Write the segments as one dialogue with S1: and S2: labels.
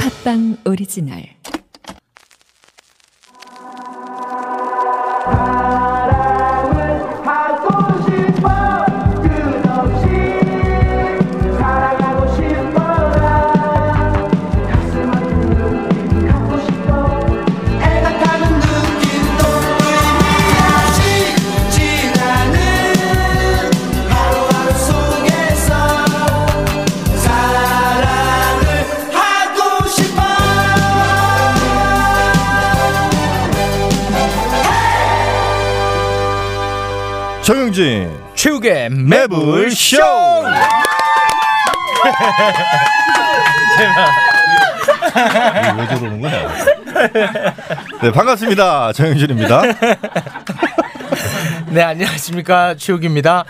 S1: 팟빵 오리지널
S2: 사랑을 받고 싶어 끝없이 사랑하고 싶어라 가슴은 눈빛 갖고 싶어 애틋하는 눈빛도 의미없이 지나는 하루하루 속에서 사랑을 하고 싶어
S3: 정영진
S4: 최욱의 매불 쇼.
S3: 왜 저러는 거야? 네 반갑습니다 정영진입니다.
S4: 네 안녕하십니까 최욱입니다.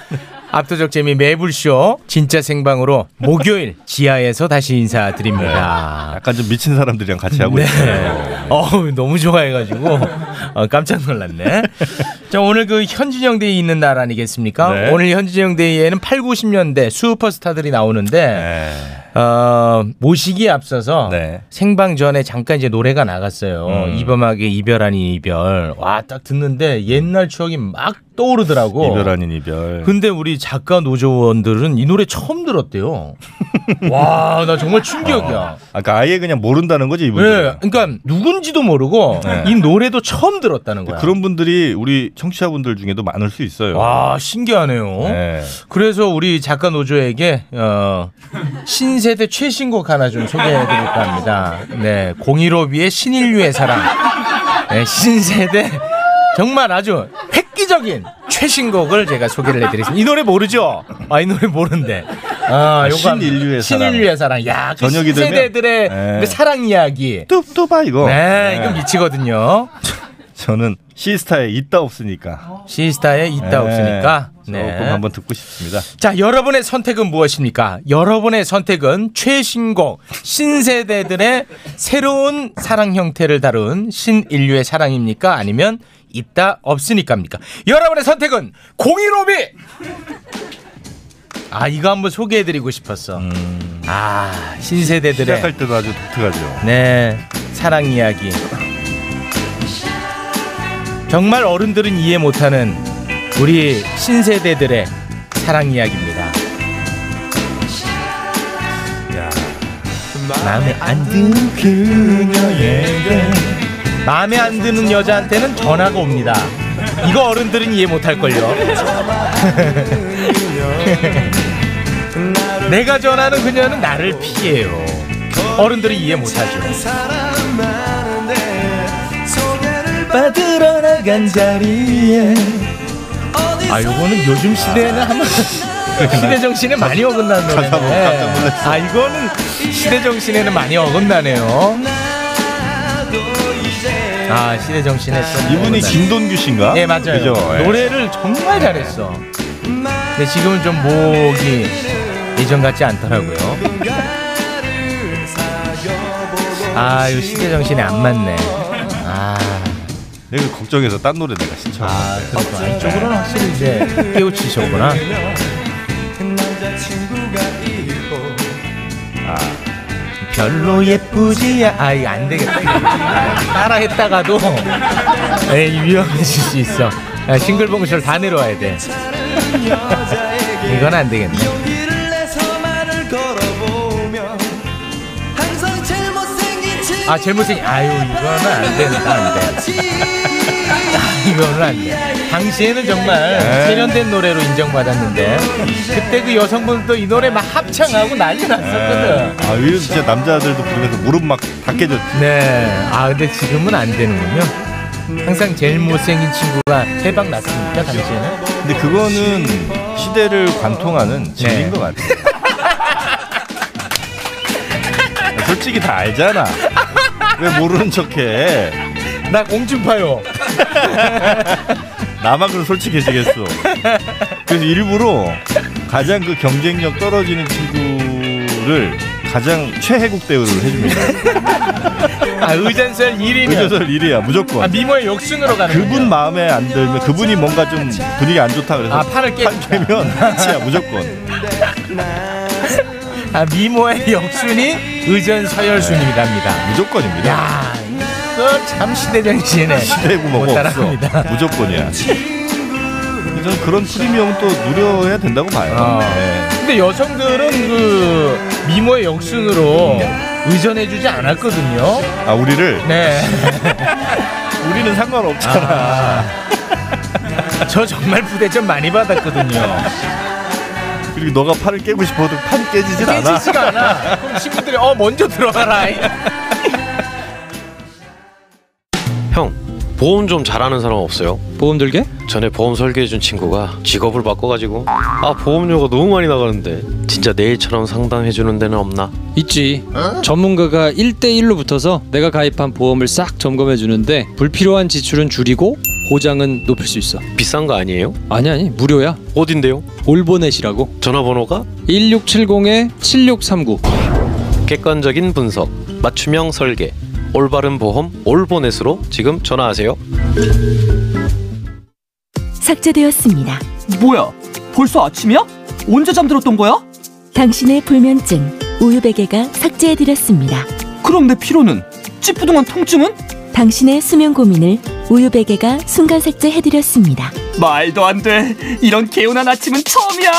S4: 압도적 재미 매불 쇼 진짜 생방으로 목요일 지하에서 다시 인사드립니다.
S3: 약간 좀 미친 사람들이랑 같이 하고
S4: 네.
S3: 있어요.
S4: 어우 너무 좋아해가지고 어, 깜짝 놀랐네. 자 오늘 그 현진영 데이 있는 날 아니겠습니까?
S3: 네.
S4: 오늘 현진영 데이에는 8, 90년대 슈퍼스타들이 나오는데
S3: 네.
S4: 어, 모시기에 앞서서
S3: 네.
S4: 생방 전에 잠깐 이제 노래가 나갔어요.
S3: 음.
S4: 이범학의 이별 아닌 이별. 와, 딱 듣는데 옛날 추억이 막 떠오르더라고.
S3: 이별 아닌 이별.
S4: 어. 근데 우리 작가 노조원들은 이 노래 처음 들었대요. 와, 나 정말 충격이야.
S3: 아까 아예 그냥 모른다는 거지
S4: 예,
S3: 이분들.
S4: 그러니까 누군지도 모르고
S3: 네.
S4: 이 노래도 처음 들었다는 거야.
S3: 그런 분들이 우리 청취자분들 중에도 많을 수 있어요.
S4: 와, 신기하네요.
S3: 네.
S4: 그래서 우리 작가 노조에게 어, 신세대 최신곡 하나 좀 소개해드릴까 합니다. 네, 015B의 신인류의 사랑. 네, 신세대 정말 아주 획기적인 최신곡을 제가 소개를 해드리겠습니다. 이 노래 모르죠? 아, 이 노래 모른데. 아, 요거 한번-
S3: 신인류의 사랑.
S4: 신인류의 사랑. 야, 그
S3: 저녁이 되면-
S4: 신세대들의 그
S3: 네.
S4: 사랑 이야기.
S3: 뚜뚜바 이거.
S4: 네, 이거 미치거든요.
S3: 저는 시스타에 있다 없으니까.
S4: 시스타에 어. 있다 없으니까.
S3: 네. 조금 네, 한번 듣고 싶습니다.
S4: 자, 여러분의 선택은 무엇입니까? 여러분의 선택은 최신곡 신세대들의 새로운 사랑 형태를 다룬 신인류의 사랑입니까? 아니면 있다 없으니까입니까? 여러분의 선택은 015비. 아, 이거 한번 소개해 드리고 싶었어. 아, 신세대들의
S3: 음. 시작할 때도 아주 독특하죠.
S4: 네, 사랑 이야기. 정말 어른들은 이해 못하는 우리 신세대들의 사랑 이야기입니다. 마음에 안 드는 그녀에게 마음에 안 드는 여자한테는 전화가 옵니다. 이거 어른들은 이해 못할걸요. 내가 전하는 그녀는 나를 피해요. 어른들이 이해 못하죠. 받으러 나간 자리에 아 요거는 요즘 시대에는 한번 시대 정신에 많이 어긋나는
S3: 가사 보고 깜짝
S4: 노래네.
S3: 놀랐어.
S4: 아 이거는 시대 정신에는 많이 어긋나네요. 아 시대 정신에 좀
S3: 이분이
S4: 어긋나네.
S3: 김돈규 씨인가?
S4: 네 맞아요.
S3: 그죠? 예.
S4: 노래를 정말 잘했어. 근데 지금은 좀 목이 예전 같지 않더라고요. 아, 이 시대 정신에 안 맞네. 아,
S3: 내가 걱정해서 딴 노래 내가 신청했는데.
S4: 그렇구나. 이쪽으로는 확실히 이제 깨우치셨구나. 별로 예쁘지 않- 아 이거 안 되겠다 이거. 따라 했다가도 네, 에이 위험해질 수 있어 아, 싱글벙글 다 내려와야 돼 이건 안 되겠네
S5: 용기를 내서 말을 걸어보면 항상 제일 못생긴 친구
S4: 아 잘못생 아유 이거는 안 된다 안돼 이거는 안돼 당시에는 정말 세련된 노래로 인정받았는데 그때 그 여성분들도 이 노래 막 합창하고 난리 났었거든
S3: 아, 요즘 진짜 남자들도 부르면서 무릎 막 다 깨졌지.
S4: 네. 아 근데 지금은 안 되는군요. 항상 제일 못생긴 친구가 대박 났습니다. 당시에는.
S3: 근데 그거는 시대를 관통하는 진리인
S4: 네.
S3: 것 같아요. 아, 솔직히 다 알잖아. 왜 모르는 척해?
S4: 나 공중파요.
S3: 나만 그럼 솔직해지겠어. 그래서 일부러 가장 그 경쟁력 떨어지는 친구를 가장 최혜국 대우를 해줍니다.
S4: 아 의전설 1위면.
S3: 의전설 1위야
S4: 아
S3: 무조건.
S4: 미모의 역순으로 가는.
S3: 그분 마음에 안 들면 그분이 뭔가 좀 분위기 안 좋다 그래서
S4: 아, 팔을 깨-
S3: 팔 깨면 치야 무조건.
S4: 아, 미모의 역순이 의전 서열순입니다.
S3: 무조건입니다.
S4: 야, 이거 참 시대정신에
S3: 시대고
S4: 못
S3: 뭐고 없어.
S4: 따라합니다.
S3: 무조건이야. 저는 그런 프리미엄은 또 누려야 된다고 봐요.
S4: 어.
S3: 예.
S4: 근데 여성들은 그 미모의 역순으로 의전해주지 않았거든요.
S3: 아 우리를
S4: 네.
S3: 우리는 상관없잖아.
S4: 저 정말 부대점 많이 받았거든요.
S3: 그리고 너가 팔을 깨고 싶어도 팔이 깨지진 않아.
S4: 깨지지가 않아. 그럼 친구들이 어 먼저 들어가라.
S6: 형 보험 좀 잘하는 사람 없어요?
S7: 보험 들게?
S6: 전에 보험 설계해준 친구가 직업을 바꿔가지고 아 보험료가 너무 많이 나가는데 진짜 내일처럼 상담해주는 데는 없나?
S7: 있지. 전문가가 1대1로 붙어서 내가 가입한 보험을 싹 점검해 주는데 불필요한 지출은 줄이고 보장은 높일 수 있어.
S6: 비싼 거 아니에요?
S7: 아니 아니 무료야.
S6: 어딘데요?
S7: 올보넷이라고.
S6: 전화번호가
S7: 1670-7639.
S6: 객관적인 분석 맞춤형 설계 올바른 보험 올보넷으로 지금 전화하세요
S1: 삭제되었습니다.
S2: 뭐야? 벌써 아침이야? 언제 잠들었던 거야?
S1: 당신의 불면증 우유베개가 삭제해드렸습니다.
S2: 그럼 내 피로는? 찌뿌둥한 통증은?
S1: 당신의 수면 고민을 우유베개가 순간 삭제해드렸습니다.
S2: 말도 안 돼. 이런 개운한 아침은 처음이야.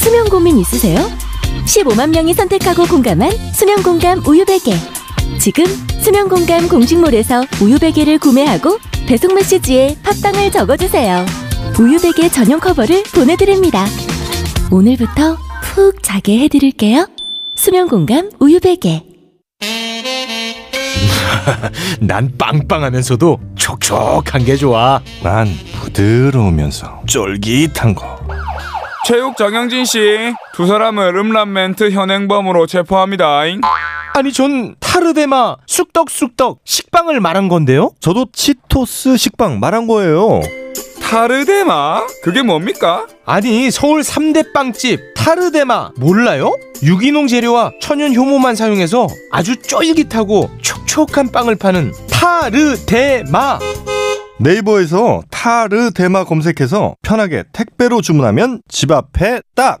S1: 수면 고민 있으세요? 15만 명이 선택하고 공감한 수면 공감 우유베개. 지금 수면 공감 공식몰에서 우유베개를 구매하고 배송 메시지에 팟빵을 적어주세요. 우유베개 전용 커버를 보내드립니다. 오늘부터 푹 자게 해드릴게요. 수면 공감 우유베개.
S4: 난 빵빵하면서도 촉촉한 게 좋아.
S3: 난 부드러우면서 쫄깃한 거.
S8: 체육 정영진 씨, 두 사람을 음란멘트 현행범으로 체포합니다.
S4: 아니 전 타르데마 쑥떡쑥떡 식빵을 말한 건데요.
S3: 저도 치토스 식빵 말한 거예요.
S8: 타르데마? 그게 뭡니까?
S4: 아니 서울 3대 빵집 타르데마 몰라요? 유기농 재료와 천연 효모만 사용해서 아주 쫄깃하고 촉촉한 빵을 파는 타르데마
S3: 네이버에서 타르 대마 검색해서 편하게 택배로 주문하면 집 앞에 딱.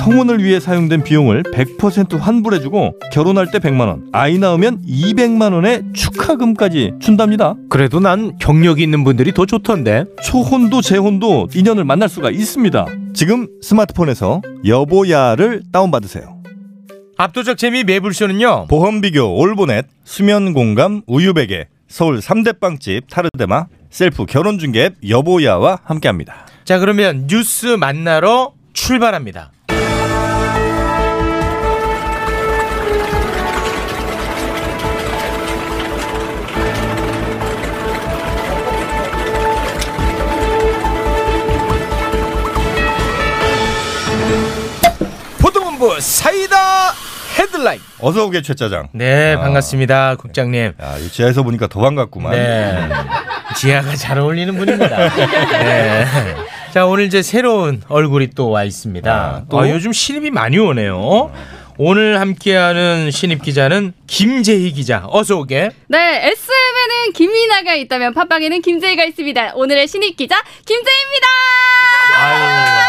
S3: 성혼을 위해 사용된 비용을 100% 환불해주고 결혼할 때 100만 원, 아이 낳으면 200만 원의 축하금까지 준답니다.
S4: 그래도 난 경력이 있는 분들이 더 좋던데
S3: 초혼도 재혼도 인연을 만날 수가 있습니다. 지금 스마트폰에서 여보야를 다운받으세요.
S4: 압도적 재미 매불쇼는요
S3: 보험 비교 올보넷 수면 공감 우유베개 서울 3대 빵집 타르데마 셀프 결혼 중개 앱 여보야와 함께합니다.
S4: 자 그러면 뉴스 만나러 출발합니다. 보도본부 사이다 헤드라인.
S3: 어서 오게 최짜장.
S4: 네
S3: 아.
S4: 반갑습니다 국장님.
S3: 야, 이 지하에서 보니까 더 반갑구만.
S4: 네. 지하가 잘 어울리는 분입니다. 네. 자, 오늘 이제 새로운 얼굴이 또 와 있습니다.
S3: 아, 또?
S4: 아, 요즘 신입이 많이 오네요. 오늘 함께하는 신입 기자는 김재희 기자. 어서 오게.
S9: 네, SM에는 김이나가 있다면 팟빵에는 김재희가 있습니다. 오늘의 신입 기자 김재희입니다.
S4: 아유.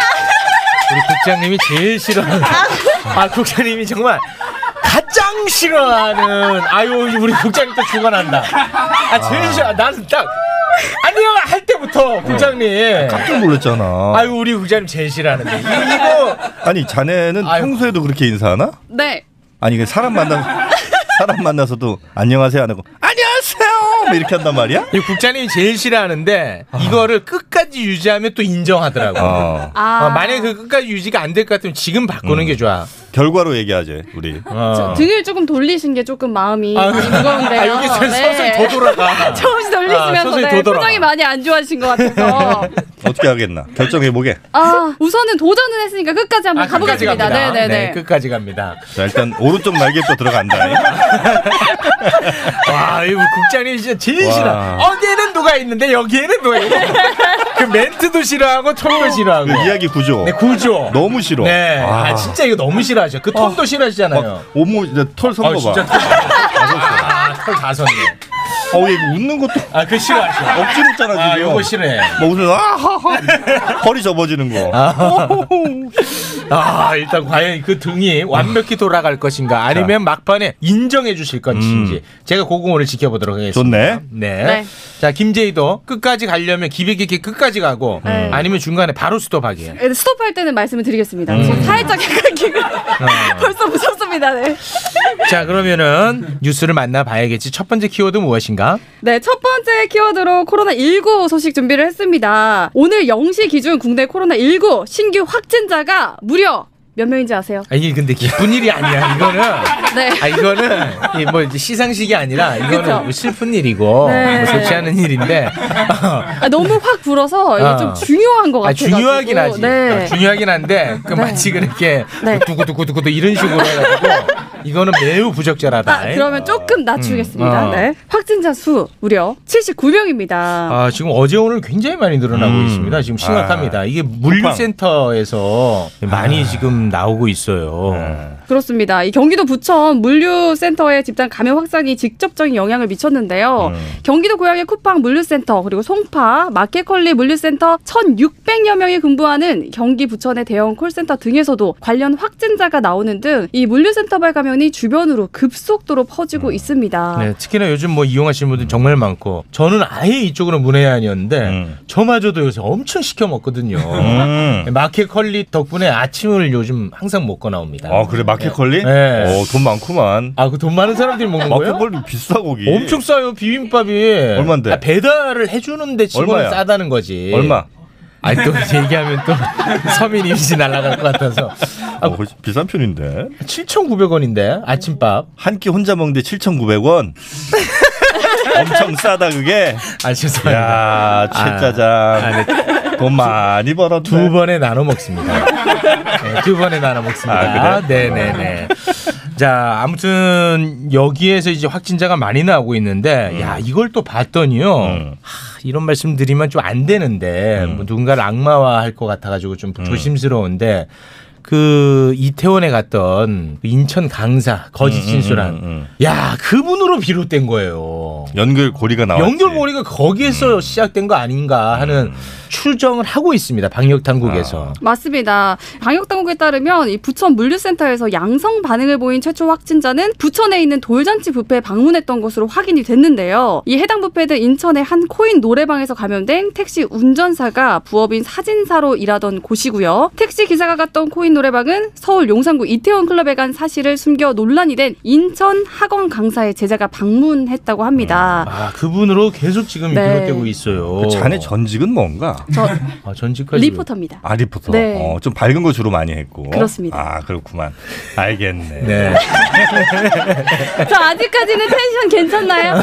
S4: 우리 국장님이 제일 싫어하는. 아, 국장님이 정말 가장 싫어하는. 아유, 우리 국장님 또 주관한다. 아, 제일 싫어. 나는 딱. 안녕! 할 때부터 국장님.
S3: 깜짝 놀랐잖아.
S4: 아유, 우리 국장님 제일 싫어하는데. 이거.
S3: 아니 자네는
S4: 아유.
S3: 평소에도 그렇게 인사하나?
S9: 네.
S3: 아니 그 사람 만나 사람 만나서도 안녕하세요 안 하고 안녕하세요 뭐 이렇게 한단 말이야?
S4: 이 국장님이 제일 싫어하는데 이거를 끝까지 유지하면 또 인정하더라고. 요
S3: 어.
S9: 아,
S4: 만약에 그 끝까지 유지가 안 될 것 같으면 지금 바꾸는 게 좋아.
S3: 결과로 얘기하지 우리.
S9: 저
S4: 어.
S9: 등을 조금 돌리신 게 조금 마음이
S3: 아,
S9: 많이 무거운데요.
S3: 아, 여기 선-
S9: 네.
S3: 선생님 더 돌아가.
S9: 조금씩
S3: 아,
S9: 돌리시면서
S3: 선생님
S9: 네,
S3: 더 돌아가.
S9: 표정이 많이 안 좋아지신 것 같아서.
S3: 어떻게 하겠나 결정해 보게.
S9: 아 우선은 도전은 했으니까 끝까지 한번
S4: 아, 끝까지
S9: 가보겠습니다.
S4: 갑니다.
S9: 네네네.
S4: 네, 끝까지 갑니다.
S3: 자 일단 오른쪽 날개뼈 들어간다.
S4: 와, 이 국장님 진짜 진실한.
S3: 와.
S4: 어디에는 누가 있는데 여기에는 누가 있고. 그 멘트도 싫어하고 톤도 싫어하고.
S3: 그 이야기 구조.
S4: 네, 구조.
S3: 너무 싫어.
S4: 네. 아,
S3: 아.
S4: 진짜 이거 너무 싫어하죠. 그 톤도 싫어하시잖아요.
S3: 오모 이제 털 선거
S4: 아,
S3: 봐.
S4: 진짜 털 아, 다섯 개.
S3: 어우 얘 웃는 것도
S4: 아, 그 싫어하셔.
S3: 억지로 웃잖아 지금.
S4: 아, 요거 싫어해.
S3: 뭐 웃는 아하하 허리 접어지는 거.
S4: 아, 일단 과연 그 등이 완벽히 돌아갈 것인가 아니면 막판에 인정해 주실 것인지 제가 고공호를 지켜보도록 하겠습니다.
S3: 좋네.
S4: 네.
S3: 네.
S4: 자, 김제희도 끝까지 가려면 기백 있게 끝까지 가고
S9: 네.
S4: 아니면 중간에 바로 스톱하기.
S9: 네, 스톱할 때는 말씀을 드리겠습니다.
S4: 음.
S9: 저 살짝 약간 기분 벌써 무섭습니다. 네.
S4: 자, 그러면은 뉴스를 만나봐야겠지. 첫 번째 키워드 무엇인가?
S9: 네, 첫 번째 키워드로 코로나19 소식 준비를 했습니다. 오늘 0시 기준 국내 코로나19 신규 확진자가 무려 몇 명인지 아세요?
S4: 아, 이게 근데 기쁜 일이 아니야. 이거는
S9: 네.
S4: 아 이거는 이뭐 이제 시상식이 아니라 이거는
S9: 그쵸.
S4: 뭐 슬픈 일이고
S9: 네.
S4: 뭐 좋지 않은 일인데
S9: 아, 너무 확 불어서 이게
S4: 아.
S9: 좀 중요한 것
S4: 아,
S9: 같아요.
S4: 중요하긴 하지.
S9: 네.
S4: 어, 중요하긴 한데 그
S9: 네.
S4: 마치 그렇게
S9: 네.
S4: 두구두구두구두 이런 식으로 해가지고 이거는 매우 부적절하다.
S9: 아, 그러면 조금 낮추겠습니다.
S4: 음, 어.
S9: 네. 확진자 수 무려 79명입니다.
S4: 아, 지금 어제 오늘 굉장히 많이 늘어나고
S3: 음. 아.
S4: 있습니다. 지금 심각합니다. 이게
S3: 쿠팡.
S4: 물류센터에서
S3: 아.
S4: 많이 지금 나오고 있어요.
S3: 네.
S9: 그렇습니다. 이 경기도 부천 물류센터의 집단 감염 확산이 직접적인 영향을 미쳤는데요. 경기도 고양의 쿠팡 물류센터 그리고 송파 마켓컬리 물류센터 1,600여 명이 근무하는 경기 부천의 대형 콜센터 등에서도 관련 확진자가 나오는 등 이 물류센터발 감염이 주변으로 급속도로 퍼지고
S3: 아.
S9: 있습니다.
S4: 네, 특히나 요즘 뭐 이용하시는 분들 정말 많고 저는 아예 이쪽으로 문외한이었는데 저마저도 요새 엄청 시켜 먹거든요.
S3: 음.
S4: 네, 마켓컬리 덕분에 아침을 요즘 항상 먹고 나옵니다.
S3: 아 그래 마켓컬리?
S4: 네.
S3: 어, 돈 많구만.
S4: 아, 그 돈 많은 사람들이 먹는 거예요?
S3: 마켓컬리 비싸 거기.
S4: 엄청 싸요 비빔밥이.
S3: 얼만데?
S4: 아, 배달을 해주는데 치고는
S3: 얼마야?
S4: 싸다는 거지.
S3: 얼마?
S4: 아니 또 이제 얘기하면 또 서민 이미지 날아갈 것 같아서
S3: 어, 그거 비싼 편인데.
S4: 7,900원인데 아침밥
S3: 한 끼 혼자 먹는데 7,900원. 엄청 싸다 그게.
S4: 아 죄송합니다.
S3: 야 최짜장. 돈 많이 벌었네.
S4: 아, 네. 두 번에 나눠 먹습니다. 네, 두 번에 나눠 먹습니다.
S3: 아, 그래?
S4: 네네네. 자 아무튼 여기에서 이제 확진자가 많이 나오고 있는데
S3: 음.
S4: 야 이걸 또 봤더니요. 하, 이런 말씀 드리면 좀 안 되는데
S3: 음.
S4: 뭐 누군가를 악마화할 것 같아가지고 좀 조심스러운데 그 이태원에 갔던 인천 강사
S3: 음,
S4: 거짓 진술한 야 그분으로 비롯된 거예요.
S3: 연결 고리가 나왔지. 음.
S4: 연결고리가 거기에서 시작된 거 아닌가 하는 추정을 하고 있습니다. 방역 당국에서.
S9: 맞습니다. 방역당국에 따르면 이 부천 물류센터에서 양성 반응을 보인 최초 확진자는 부천에 있는 돌잔치 뷔페에 방문했던 것으로 확인이 됐는데요. 이 해당 뷔페는 인천의 한 코인 노래방에서 감염된 택시 운전사가 부업인 사진사로 일하던 곳이고요. 택시 기사가 갔던 코인 노래방은 서울 용산구 이태원 클럽에 간 사실을 숨겨 논란이 된 인천 학원 강사의 제자가 방문했다고 합니다.
S4: 아, 그분으로 계속 지금
S9: 네.
S4: 비롯되고 있어요.
S3: 그 자네 전직은 뭔가?
S9: 저
S4: 아, 전직까지.
S9: 리포터입니다.
S3: 아 리포터.
S9: 네.
S3: 어, 좀 밝은 거 주로 많이 했고.
S9: 그렇습니다.
S3: 아 그렇구만. 알겠네.
S4: 네.
S9: 저 아직까지는 텐션 괜찮나요?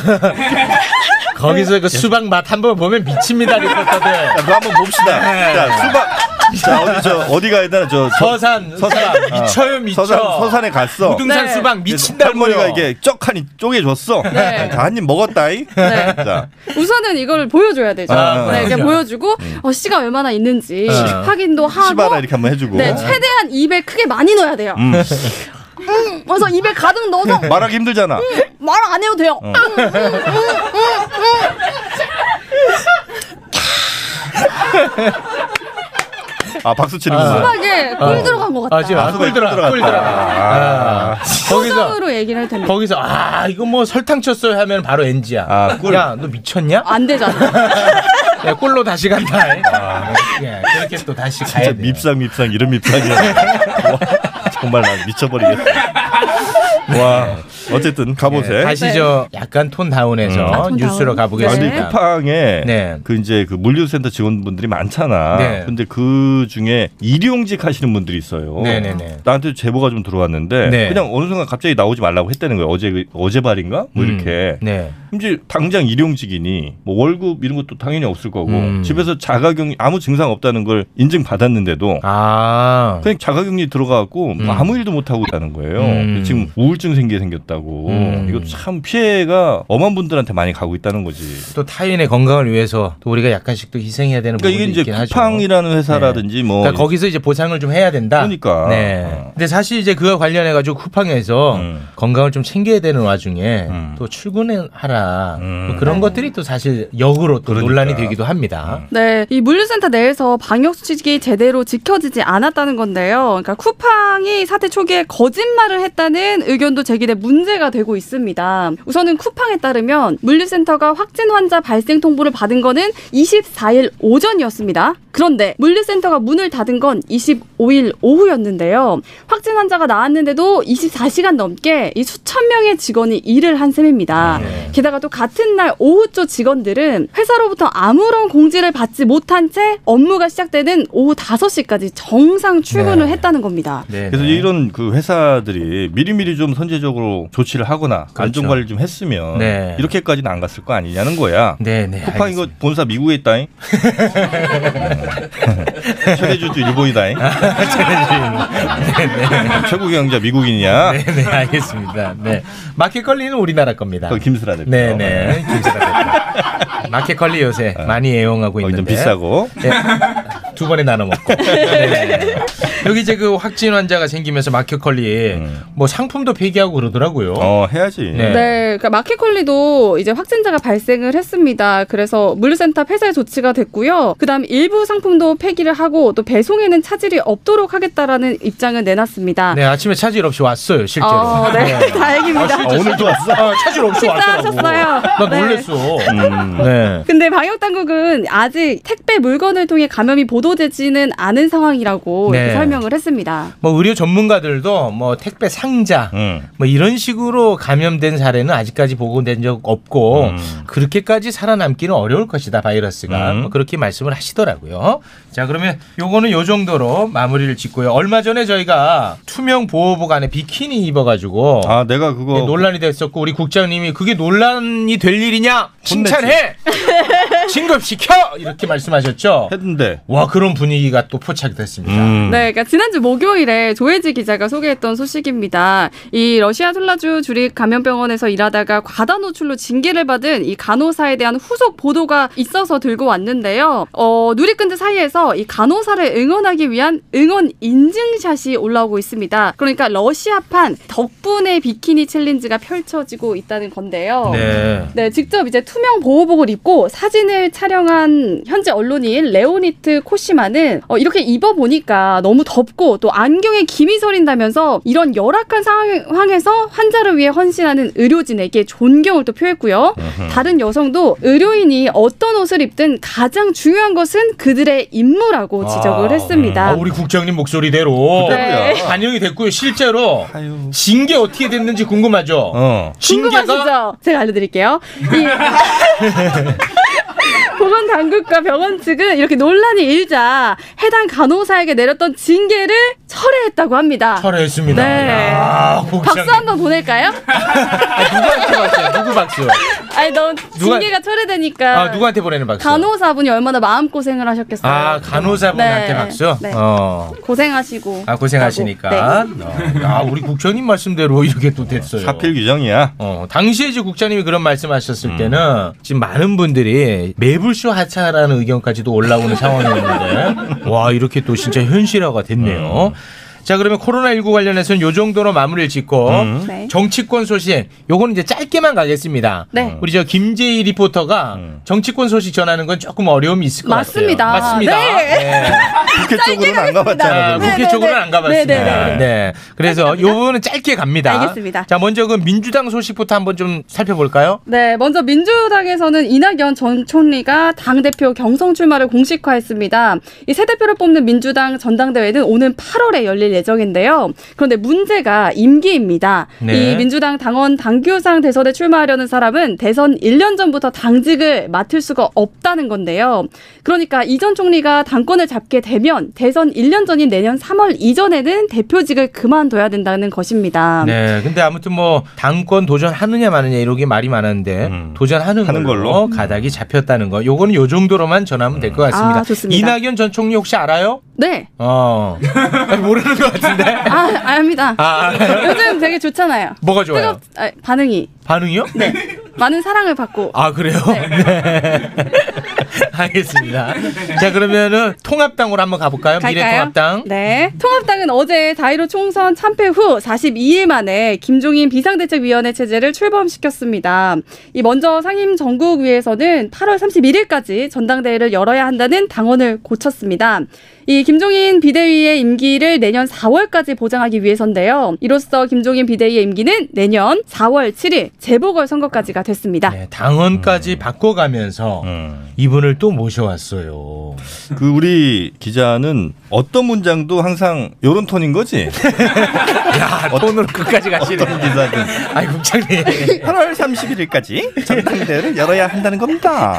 S4: 거기서 그 수박 맛 한번 보면 미칩니다, 리포터들.
S3: 그거 한번 봅시다. 자 수박. 네. 자 어디 저 어디 가야 되나 저 저-
S4: 서산, 서산.
S3: 어.
S4: 미쳐요, 미쳐.
S3: 서산 서산에 갔어.
S4: 우등산
S9: 네.
S4: 수박 미친다고요.
S3: 할머니가 이게 쩍하니 쪼개줬어.
S9: 네.
S3: 자, 한 입 먹었다이.
S9: 네.
S3: 자,
S9: 우선은 이걸 보여줘야 되죠.
S3: 아,
S9: 네, 이제
S4: 그렇죠.
S9: 보여주고 어, 씨가 얼마나 있는지
S4: 아.
S9: 확인도 하고
S3: 씨바라 이렇게 한번 해주고.
S9: 네, 최대한 입에 크게 많이 넣어야 돼요.
S3: 음.
S9: 음, 그래서 입에 가득 넣어서
S4: 음.
S3: 말하기 힘들잖아.
S9: 말 안 해도 돼요.
S4: 어.
S9: 음, 음, 음, 음, 음.
S3: 아 박수 치는구나.
S9: 수박에 예, 꿀 들어간 것 같다.
S4: 아, 지금 아, 꿀 들어가, 꿀 들어가. 아, 거기서.
S9: 표정으로 얘기를 할 텐데
S4: 거기서 아 이거 뭐 설탕 쳤어요 하면 바로 NG야.
S3: 아, 꿀.
S4: 야 너 미쳤냐?
S9: 안 되잖아.
S4: 야, 꿀로 다시 간다. 예, 그렇게 또 다시 가야
S3: 아. 진짜
S4: 돼.
S3: 밉상 밉상 이런 밉상이야. 와,
S4: 정말 난 미쳐버리겠다.
S3: 와 어쨌든 가보세.
S4: 다시 저 네, 약간 톤 다운해서
S3: 음. 아, 네. 톤
S4: 뉴스로
S3: 다운.
S4: 가보겠습니다.
S3: 아니, 쿠팡에
S4: 네.
S3: 그 이제 그 물류센터 직원분들이 많잖아.
S4: 네.
S3: 근데 그 중에 일용직 하시는 분들이 있어요.
S4: 네네네.
S3: 나한테 제보가 좀 들어왔는데
S4: 네.
S3: 그냥 어느 순간 갑자기 나오지 말라고 했다는 거예요. 어제 그- 어제 발인가? 뭐 이렇게.
S4: 네.
S3: 이제 당장 일용직이니 뭐 월급 이런 것도 당연히 없을 거고
S4: 음.
S3: 집에서 자가격리 아무 증상 없다는 걸 인증 받았는데도
S4: 아.
S3: 그냥 자가격리 들어가고 뭐 아무 일도 못 하고 있다는 거예요.
S4: 음.
S3: 지금 우울증 생기게 생겼다고
S4: 음.
S3: 이거 참 피해가 엄한 분들한테 많이 가고 있다는 거지.
S4: 또 타인의 건강을 위해서 또 우리가 약간씩 또 희생해야 되는
S3: 그러니까
S4: 부분이
S3: 이게 이제
S4: 있긴 하죠. 네.
S3: 쿠팡이라는 회사라든지 뭐
S4: 그러니까 거기서 이제 보상을 좀 해야 된다.
S3: 그러니까.
S4: 네. 근데 사실 이제 그와 관련해 가지고 쿠팡에서
S3: 음.
S4: 건강을 좀 챙겨야 되는 와중에 또 출근하라
S3: 음.
S4: 또 그런
S3: 네.
S4: 것들이 또 사실 역으로 또
S3: 그러니까.
S4: 논란이 되기도 합니다.
S3: 음.
S9: 네, 이 물류센터 내에서 방역 수칙이 제대로 지켜지지 않았다는 건데요. 그러니까 쿠팡이 사태 초기에 거짓말을 했다는 의견도 제기돼 문제가 되고 있습니다. 우선은 쿠팡에 따르면 물류센터가 확진 환자 발생 통보를 받은 거는 24일 오전이었습니다. 그런데 물류센터가 문을 닫은 건 25일 오후였는데요. 확진 환자가 나왔는데도 24시간 넘게 이 수천 명의 직원이 일을 한 셈입니다. 게다가 또 같은 날 오후초 직원들은 회사로부터 아무런 공지를 받지 못한 채 업무가 시작되는 오후 5시까지 정상 출근을
S4: 네.
S9: 했다는 겁니다.
S3: 그래서 이런 그 회사들이 미리미리 좀 선제적으로 조치를 하거나 안전 관리 좀 했으면
S4: 그렇죠. 네.
S3: 이렇게까지는 안 갔을 거 아니냐는 거야.
S4: 네, 네.
S3: 쿠팡 이거 본사 미국에 있다잉. 최대 주주 일본이다잉. 최고 경영자 미국인이야.
S4: 네, 네, 알겠습니다. 네. 마켓컬리는 우리나라 겁니다.
S3: 그 김슬아 대표.
S4: 네, 네. 김슬아 대표. 마켓컬리 요새 많이 애용하고 있는데.
S3: 좀 비싸고.
S4: 네. 두 번에 나눠 먹고. 네. 여기 이제 그 확진 환자가 생기면서 마켓컬리 뭐 상품도 폐기하고 그러더라고요.
S3: 어, 해야지.
S9: 네. 그러니까 마켓컬리도 이제 확진자가 발생을 했습니다. 그래서 물류센터 폐쇄 조치가 됐고요. 그다음 일부 상품도 폐기를 하고 또 배송에는 차질이 없도록 하겠다라는 입장을 내놨습니다.
S4: 네, 아침에 차질 없이 왔어요, 실제로. 아,
S9: 어, 네, 다행입니다.
S4: 왔어. 차질 없이 왔더라고.
S9: 식사하셨어요?
S4: 나
S9: 네.
S4: 놀랬어. 네.
S9: 근데 방역 당국은 아직 택배 물건을 통해 감염이 보도되지는 않은 상황이라고
S4: 네.
S9: 이렇게 설명을 했습니다.
S4: 뭐 의료 전문가들도 뭐 택배 상자 뭐 이런 식으로 감염된 사례는 아직까지 보고된 적 없고
S3: 음.
S4: 그렇게까지 살아남기는 어려울 것이다 바이러스가
S3: 음.
S4: 뭐 그렇게 말씀을 하시더라고요. 자 그러면 요거는 요 정도로 마무리를 짓고요. 얼마 전에 저희가 투명 보호복 안에 비키니 입어가지고
S3: 아, 내가 그거
S4: 네, 논란이 됐었고 우리 국장님이 그게 논란이 될 일이냐 칭찬해 진급시켜 이렇게 말씀하셨죠.
S3: 했는데 음.
S4: 와 그런 분위기가 또 포착이 됐습니다.
S9: 네, 그러니까 지난주 목요일에 조혜지 기자가 소개했던 소식입니다. 이 러시아 툴라주 주립 감염병원에서 일하다가 과다 노출로 징계를 받은 이 간호사에 대한 후속 보도가 있어서 들고 왔는데요. 어, 누리꾼들 사이에서 이 간호사를 응원하기 위한 응원 인증샷이 올라오고 있습니다. 그러니까 러시아판 덕분에 비키니 챌린지가 펼쳐지고 있다는 건데요.
S4: 네.
S9: 네, 직접 이제 투명 보호복을 입고 사진을 촬영한 현재 언론인 레오니트 코시마는 어, 이렇게 입어보니까 너무 덥고 또 안경에 김이 서린다면서 이런 열악한 상황에서 환자를 위해 헌신하는 의료진에게 존경을 또 표했고요. 다른 여성도 의료인이 어떤 옷을 입든 가장 중요한 것은 그들의 임무라고 지적을
S4: 아,
S9: 했습니다.
S4: 아, 우리 국장님 목소리대로
S9: 네.
S4: 반영이 됐고요. 실제로 징계 어떻게 됐는지 궁금하죠.
S9: 어.
S3: 어.
S9: 궁금하시죠? 제가 알려드릴게요. 이 보건 당국과 병원 측은 이렇게 논란이 일자 해당 간호사에게 내렸던 징계를 철회했다고 합니다.
S4: 철회했습니다.
S9: 네.
S4: 아,
S9: 박수
S4: 국장님.
S9: 한번 보낼까요?
S4: 아, 누구한테 박수? 누구 박수?
S9: 아니, 넌
S4: 누가-
S9: 징계가 철회되니까.
S4: 아, 누구한테 보내는 박수?
S9: 간호사분이 얼마나 마음고생을 하셨겠어요.
S4: 아, 간호사분한테
S9: 네,
S4: 박수?
S9: 네.
S4: 어.
S9: 고생하시고.
S4: 아, 고생하시니까.
S9: 네.
S4: 어. 야, 우리 국장님 말씀대로 이렇게 또 됐어요.
S3: 사필 규정이야.
S4: 어, 당시에 이제 국장님이 그런 말씀하셨을 때는 지금 많은 분들이 매불쇼 하차라는 의견까지도 올라오는 상황이었는데 와 이렇게 또 진짜 현실화가 됐네요. 자 그러면 코로나19 관련해서는 요 정도로 마무리를 짓고
S9: 네.
S4: 정치권 소식 요거는 이제 짧게만 가겠습니다.
S9: 네.
S4: 우리 저 김재희 리포터가 정치권 소식 전하는 건 조금 어려움이 있을 것
S9: 맞습니다.
S4: 같아요. 맞습니다.
S9: 네.
S3: 국회 쪽으로는 안 가봤잖아.
S4: 자,
S3: 그거.
S4: 국회
S9: 네네네.
S4: 쪽으로는 안 가봤습니다.
S9: 네네네.
S4: 네. 그래서 요 부분은 짧게 갑니다.
S9: 알겠습니다.
S4: 자, 먼저 그 민주당 소식부터 한번 좀 살펴볼까요?
S9: 네, 먼저 민주당에서는 이낙연 전 총리가 당대표 경선 출마를 공식화했습니다. 이 새 대표를 뽑는 민주당 전당대회는 오는 8월에 열릴 될 예정인데요. 그런데 문제가 임기입니다.
S4: 네.
S9: 이 민주당 당원 당규상 대선에 출마하려는 사람은 대선 1년 전부터 당직을 맡을 수가 없다는 건데요. 그러니까 이전 총리가 당권을 잡게 되면 대선 1년 전인 내년 3월 이전에는 대표직을 그만둬야 된다는 것입니다.
S4: 네, 근데 아무튼 뭐 당권 도전하느냐 마느냐 이러게 말이 많은데 음. 도전하는 걸로, 가닥이 잡혔다는 거. 요거는 요 정도로만 전하면 될 것 같습니다.
S9: 아, 좋습니다.
S4: 이낙연 전 총리 혹시 알아요?
S9: 네.
S4: 어. 아니, 모르는 것 같은데.
S9: 아, 압니다.
S4: 아, 알아요?
S9: 요즘 되게 좋잖아요.
S4: 뭐가 좋아요?
S9: 뜨겁- 아, 반응이
S4: 반응이요? 네.
S9: 많은 사랑을 받고
S4: 아, 그래요? 네. 알겠습니다. 자, 그러면은 통합당으로 한번 가볼까요?
S9: 갈까요?
S4: 미래통합당.
S9: 네. 통합당은 어제 다이로 총선 참패 후 42일 만에 김종인 비상대책위원회 체제를 출범시켰습니다. 이 먼저 상임 전국위에서는 8월 31일까지 전당대회를 열어야 한다는 당원을 고쳤습니다. 이 김종인 비대위의 임기를 내년 4월까지 보장하기 위해서인데요. 이로써 김종인 비대위의 임기는 내년 4월 7일 재보궐 선거까지가 됐습니다.
S4: 네.
S9: 음.
S4: 당원까지 바꿔가면서 이분을 또 모셔왔어요.
S10: 그 우리 기자는 어떤 문장도 항상 요런 톤인 거지.
S4: 야, 톤으로 끝까지 가시네.
S10: 어떤 기자든.
S4: 아이 국장님.
S10: 8월 31일까지 전당대회를 열어야 한다는 겁니다.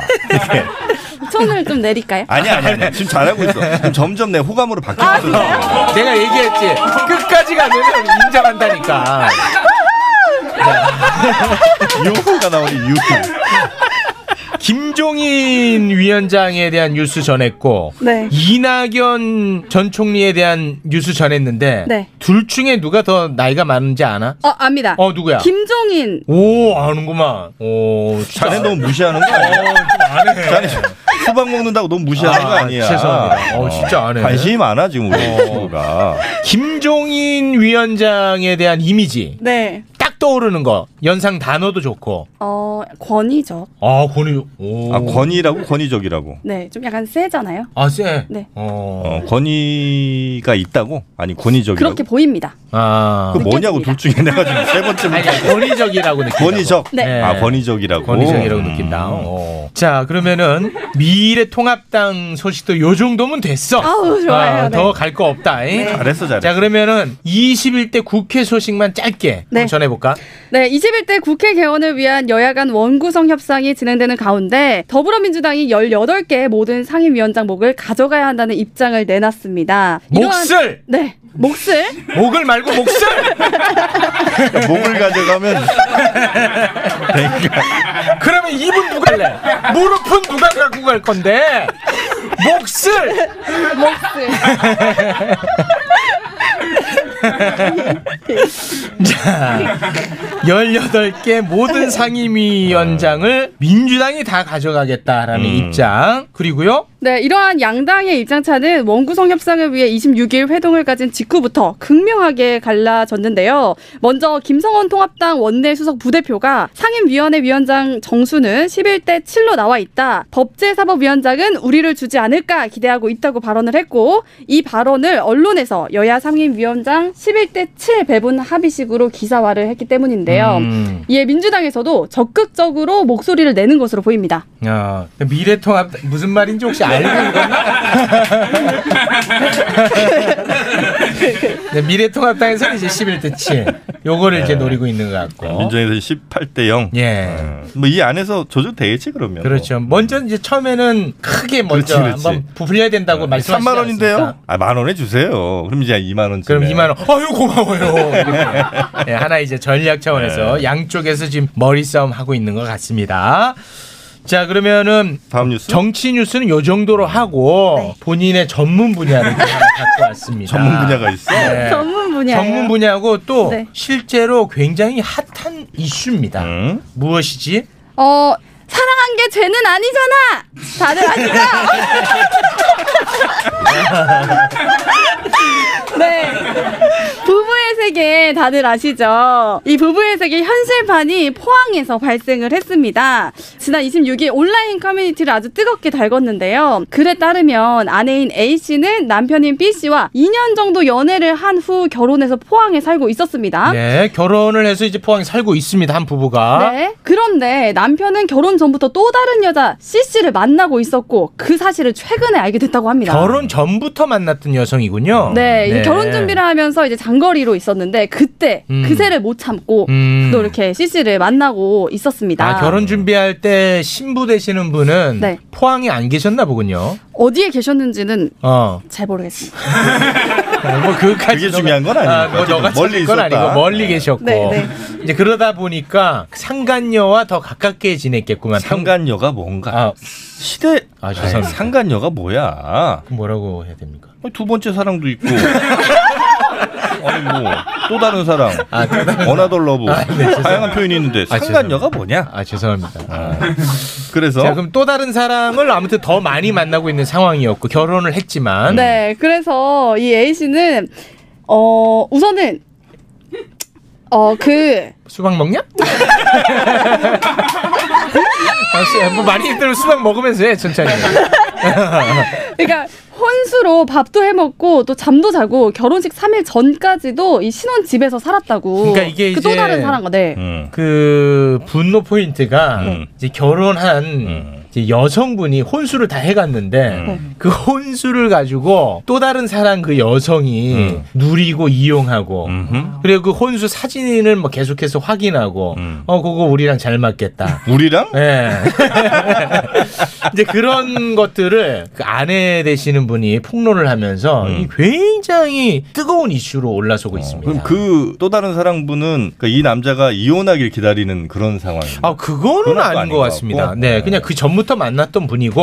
S9: 손을 좀 내릴까요?
S10: 아니야, 아니야, 아니야. 지금 잘하고 있어. 지금 점점 내 호감으로 바뀌고 있어.
S4: 내가 얘기했지. 끝까지 가면 인정한다니까.
S10: 유혹가 나오니 유혹.
S4: 김종인 위원장에 대한 뉴스 전했고
S9: 네.
S4: 이낙연 전 총리에 대한 뉴스 전했는데
S9: 네.
S4: 둘 중에 누가 더 나이가 많은지 아나?
S9: 어, 압니다.
S4: 어, 누구야?
S9: 김종인
S4: 오 아는구만. 오 진짜. 어,
S10: 자네 너무 무시하는 거 아니야?
S4: 아네.
S10: 자네 수박 먹는다고 너무 무시하는
S4: 아,
S10: 거 아니야?
S4: 죄송합니다. 어, 진짜 안 해. 어.
S10: 관심이 많아 지금 우리 친구가.
S4: 김종인 위원장에 대한 이미지
S9: 네.
S4: 딱 떠오르는 거 연상 단어도 좋고.
S9: 어, 권위적.
S4: 아 권위. 오.
S10: 아 권위라고 권위적이라고.
S9: 네. 좀 약간 세잖아요.
S4: 아 쎄.
S9: 네.
S4: 어.
S10: 어, 권위가 있다고? 아니 권위적이라고.
S9: 그렇게 보입니다.
S4: 아.
S10: 그 뭐냐고 둘 중에 내가 지금 세 번째
S4: 아니,
S10: 문제.
S4: 아니, 권위적이라고 느낀다.
S10: 권위적.
S9: 네.
S10: 아 권위적이라고.
S4: 권위적이라고
S10: 음.
S4: 느낀다. 어. 자, 그러면은 미래통합당 소식도 요 정도면 됐어.
S9: 아우, 좋아요. 네.
S4: 더 갈 거 없다.
S10: 잘했어 잘했어.
S4: 자, 그러면은 21대 국회 소식만 짧게
S9: 네.
S4: 전해 볼까?
S9: 네, 21대 국회 개원을 위한 여야 간 원구성 협상이 진행되는 가운데 더불어민주당이 18개 모든 상임위원장목을 가져가야 한다는 입장을 내놨습니다. 이러한-
S4: 몫을
S9: 네, 몫을
S4: 목을 말고 몫을
S10: 야, 목을 가져가면 그러니까
S4: 그러면 입은 누가 할래? 무릎은 누가 갖고 갈 건데? 몫을
S9: 몫을
S4: 자, 18개 모든 상임위원장을 민주당이 다 가져가겠다라는
S10: 음.
S4: 입장. 그리고요.
S9: 네, 이러한 양당의 입장차는 원구성 협상을 위해 26일 회동을 가진 직후부터 극명하게 갈라졌는데요. 먼저 김성원 통합당 원내 수석 부대표가 상임위원회 위원장 정수는 11대 7로 나와 있다. 법제사법위원장은 우리를 주지 않을까 기대하고 있다고 발언을 했고 이 발언을 언론에서 여야 상임위원장 11대 7 배분 합의식으로 기사화를 했기 때문인데요.
S4: 음.
S9: 이에 민주당에서도 적극적으로 목소리를 내는 것으로 보입니다.
S4: 야, 어, 미래통합 무슨 말인지 혹시 알고 있나? 네, 미래통합당에서는 이제 11대 7. 요거를 이제 노리고 있는 것 같고.
S10: 네. 민정에서 18대 0.
S4: 어? 예.
S10: 뭐 이 안에서 조절되겠지 그러면.
S4: 그렇죠. 먼저 이제 처음에는 크게 먼저
S10: 그렇지, 그렇지.
S4: 한번 부풀려야 된다고 말씀하시지
S10: 3만 뭐 원인데요?
S4: 않았습니까?
S10: 아, 만 원에 주세요. 그럼 이제 2만 원.
S4: 그럼 2만 원. 아유 고마워요. 네. 이렇게. 예, 네. 하나 이제 전략 차원에서 양쪽에서 지금 머리 싸움 하고 있는 것 같습니다. 자 그러면은
S10: 다음 뉴스.
S4: 정치 뉴스는 요 정도로 하고
S9: 네.
S4: 본인의 전문 분야를 좀 하나 갖고 왔습니다.
S10: 전문 분야가 있어.
S4: 네.
S9: 전문 분야예요.
S4: 전문 분야고 또
S9: 네.
S4: 실제로 굉장히 핫한 이슈입니다.
S10: 음.
S4: 무엇이지?
S9: 어 사랑한 게 죄는 아니잖아. 다들 아시죠? 네. 부부의 세계 부부의세계 다들 아시죠? 이 부부의세계 현실판이 포항에서 발생을 했습니다. 지난 26일 온라인 커뮤니티를 아주 뜨겁게 달궜는데요. 글에 따르면 아내인 A 씨는 남편인 B 씨와 2년 정도 연애를 한 후 결혼해서 포항에 살고 있었습니다.
S4: 네, 결혼을 해서 이제 포항에 살고 있습니다. 한 부부가.
S9: 네. 그런데 남편은 결혼 전부터 또 다른 여자 C 씨를 만나고 있었고 그 사실을 최근에 알게 됐다고 합니다.
S4: 결혼 전부터 만났던 여성이군요.
S9: 네, 이제 결혼 준비를 하면서 이제 장거리로 있었는데 그때
S4: 음.
S9: 그새를 못 참고
S4: 음.
S9: 또 이렇게 C 씨를 만나고 있었습니다.
S4: 아, 결혼 준비할 때 신부 되시는 분은
S9: 네.
S4: 포항에 안 계셨나 보군요.
S9: 어디에 계셨는지는
S4: 어.
S9: 잘 모르겠습니다.
S4: 뭐 그까지
S3: 그게 중요한 건 아니니까.
S4: 뭐
S3: 어쨌든
S4: 너가
S3: 멀리
S4: 멀리 건
S3: 있었다.
S4: 아니고 멀리 계셨고
S3: 네, 네.
S4: 이제 그러다 보니까 상간녀와 더 가깝게 지냈겠구만.
S3: 상간녀가 뭔가?
S4: 시대 아, 죄송합니다.
S3: 상간녀가 뭐야?
S4: 뭐라고 해야 됩니까?
S3: 두 번째 사랑도 있고. 아니 뭐또 다른 사랑.
S4: 아,
S3: 어나덜 러브.
S4: 아, 네, 죄송합니다.
S3: 다양한 표현이 있는데
S4: 아,
S3: 상간녀가 뭐냐?
S4: 아 죄송합니다.
S3: 그래서
S4: 자, 그럼 또 다른 사람을 아무튼 더 많이 만나고 있는 상황이었고 결혼을 했지만
S9: 네, 그래서 이 A 씨는 어 우선은 어그
S4: 수박 먹냐? 아, 수- 뭐 많이 힘들면 수박 먹으면서 해 천천히.
S9: 그러니까 혼수로 밥도 해 먹고 또 잠도 자고 결혼식 3일 전까지도 이 신혼 집에서 살았다고.
S4: 그러니까 이게
S9: 그또
S4: 이제- 음.
S9: 다른 사람과 네.
S3: 음.
S4: 그 분노 포인트가 이제 결혼한
S3: 음.
S4: 이제 여성분이 혼수를 다 해갔는데 그 혼수를 가지고 또 다른 사람 그 여성이
S3: 음.
S4: 누리고 이용하고 그리고 그 혼수 사진을 뭐 계속해서 확인하고
S3: 음.
S4: 어 그거 우리랑 잘 맞겠다
S3: 우리랑
S4: 예 이제 그런 것들을 그 아내 되시는 분이 폭로를 하면서 이 굉장히 뜨거운 이슈로 올라서고 있습니다.
S3: 음. 그럼 그 또 다른 사랑분은 그러니까 이 남자가 이혼하길 기다리는 그런 상황.
S4: 아 그거는
S3: 그건 또
S4: 아닌
S3: 아닌
S4: 것
S3: 것
S4: 같습니다.
S3: 같고.
S4: 네, 그냥 그 전부터 만났던 분이고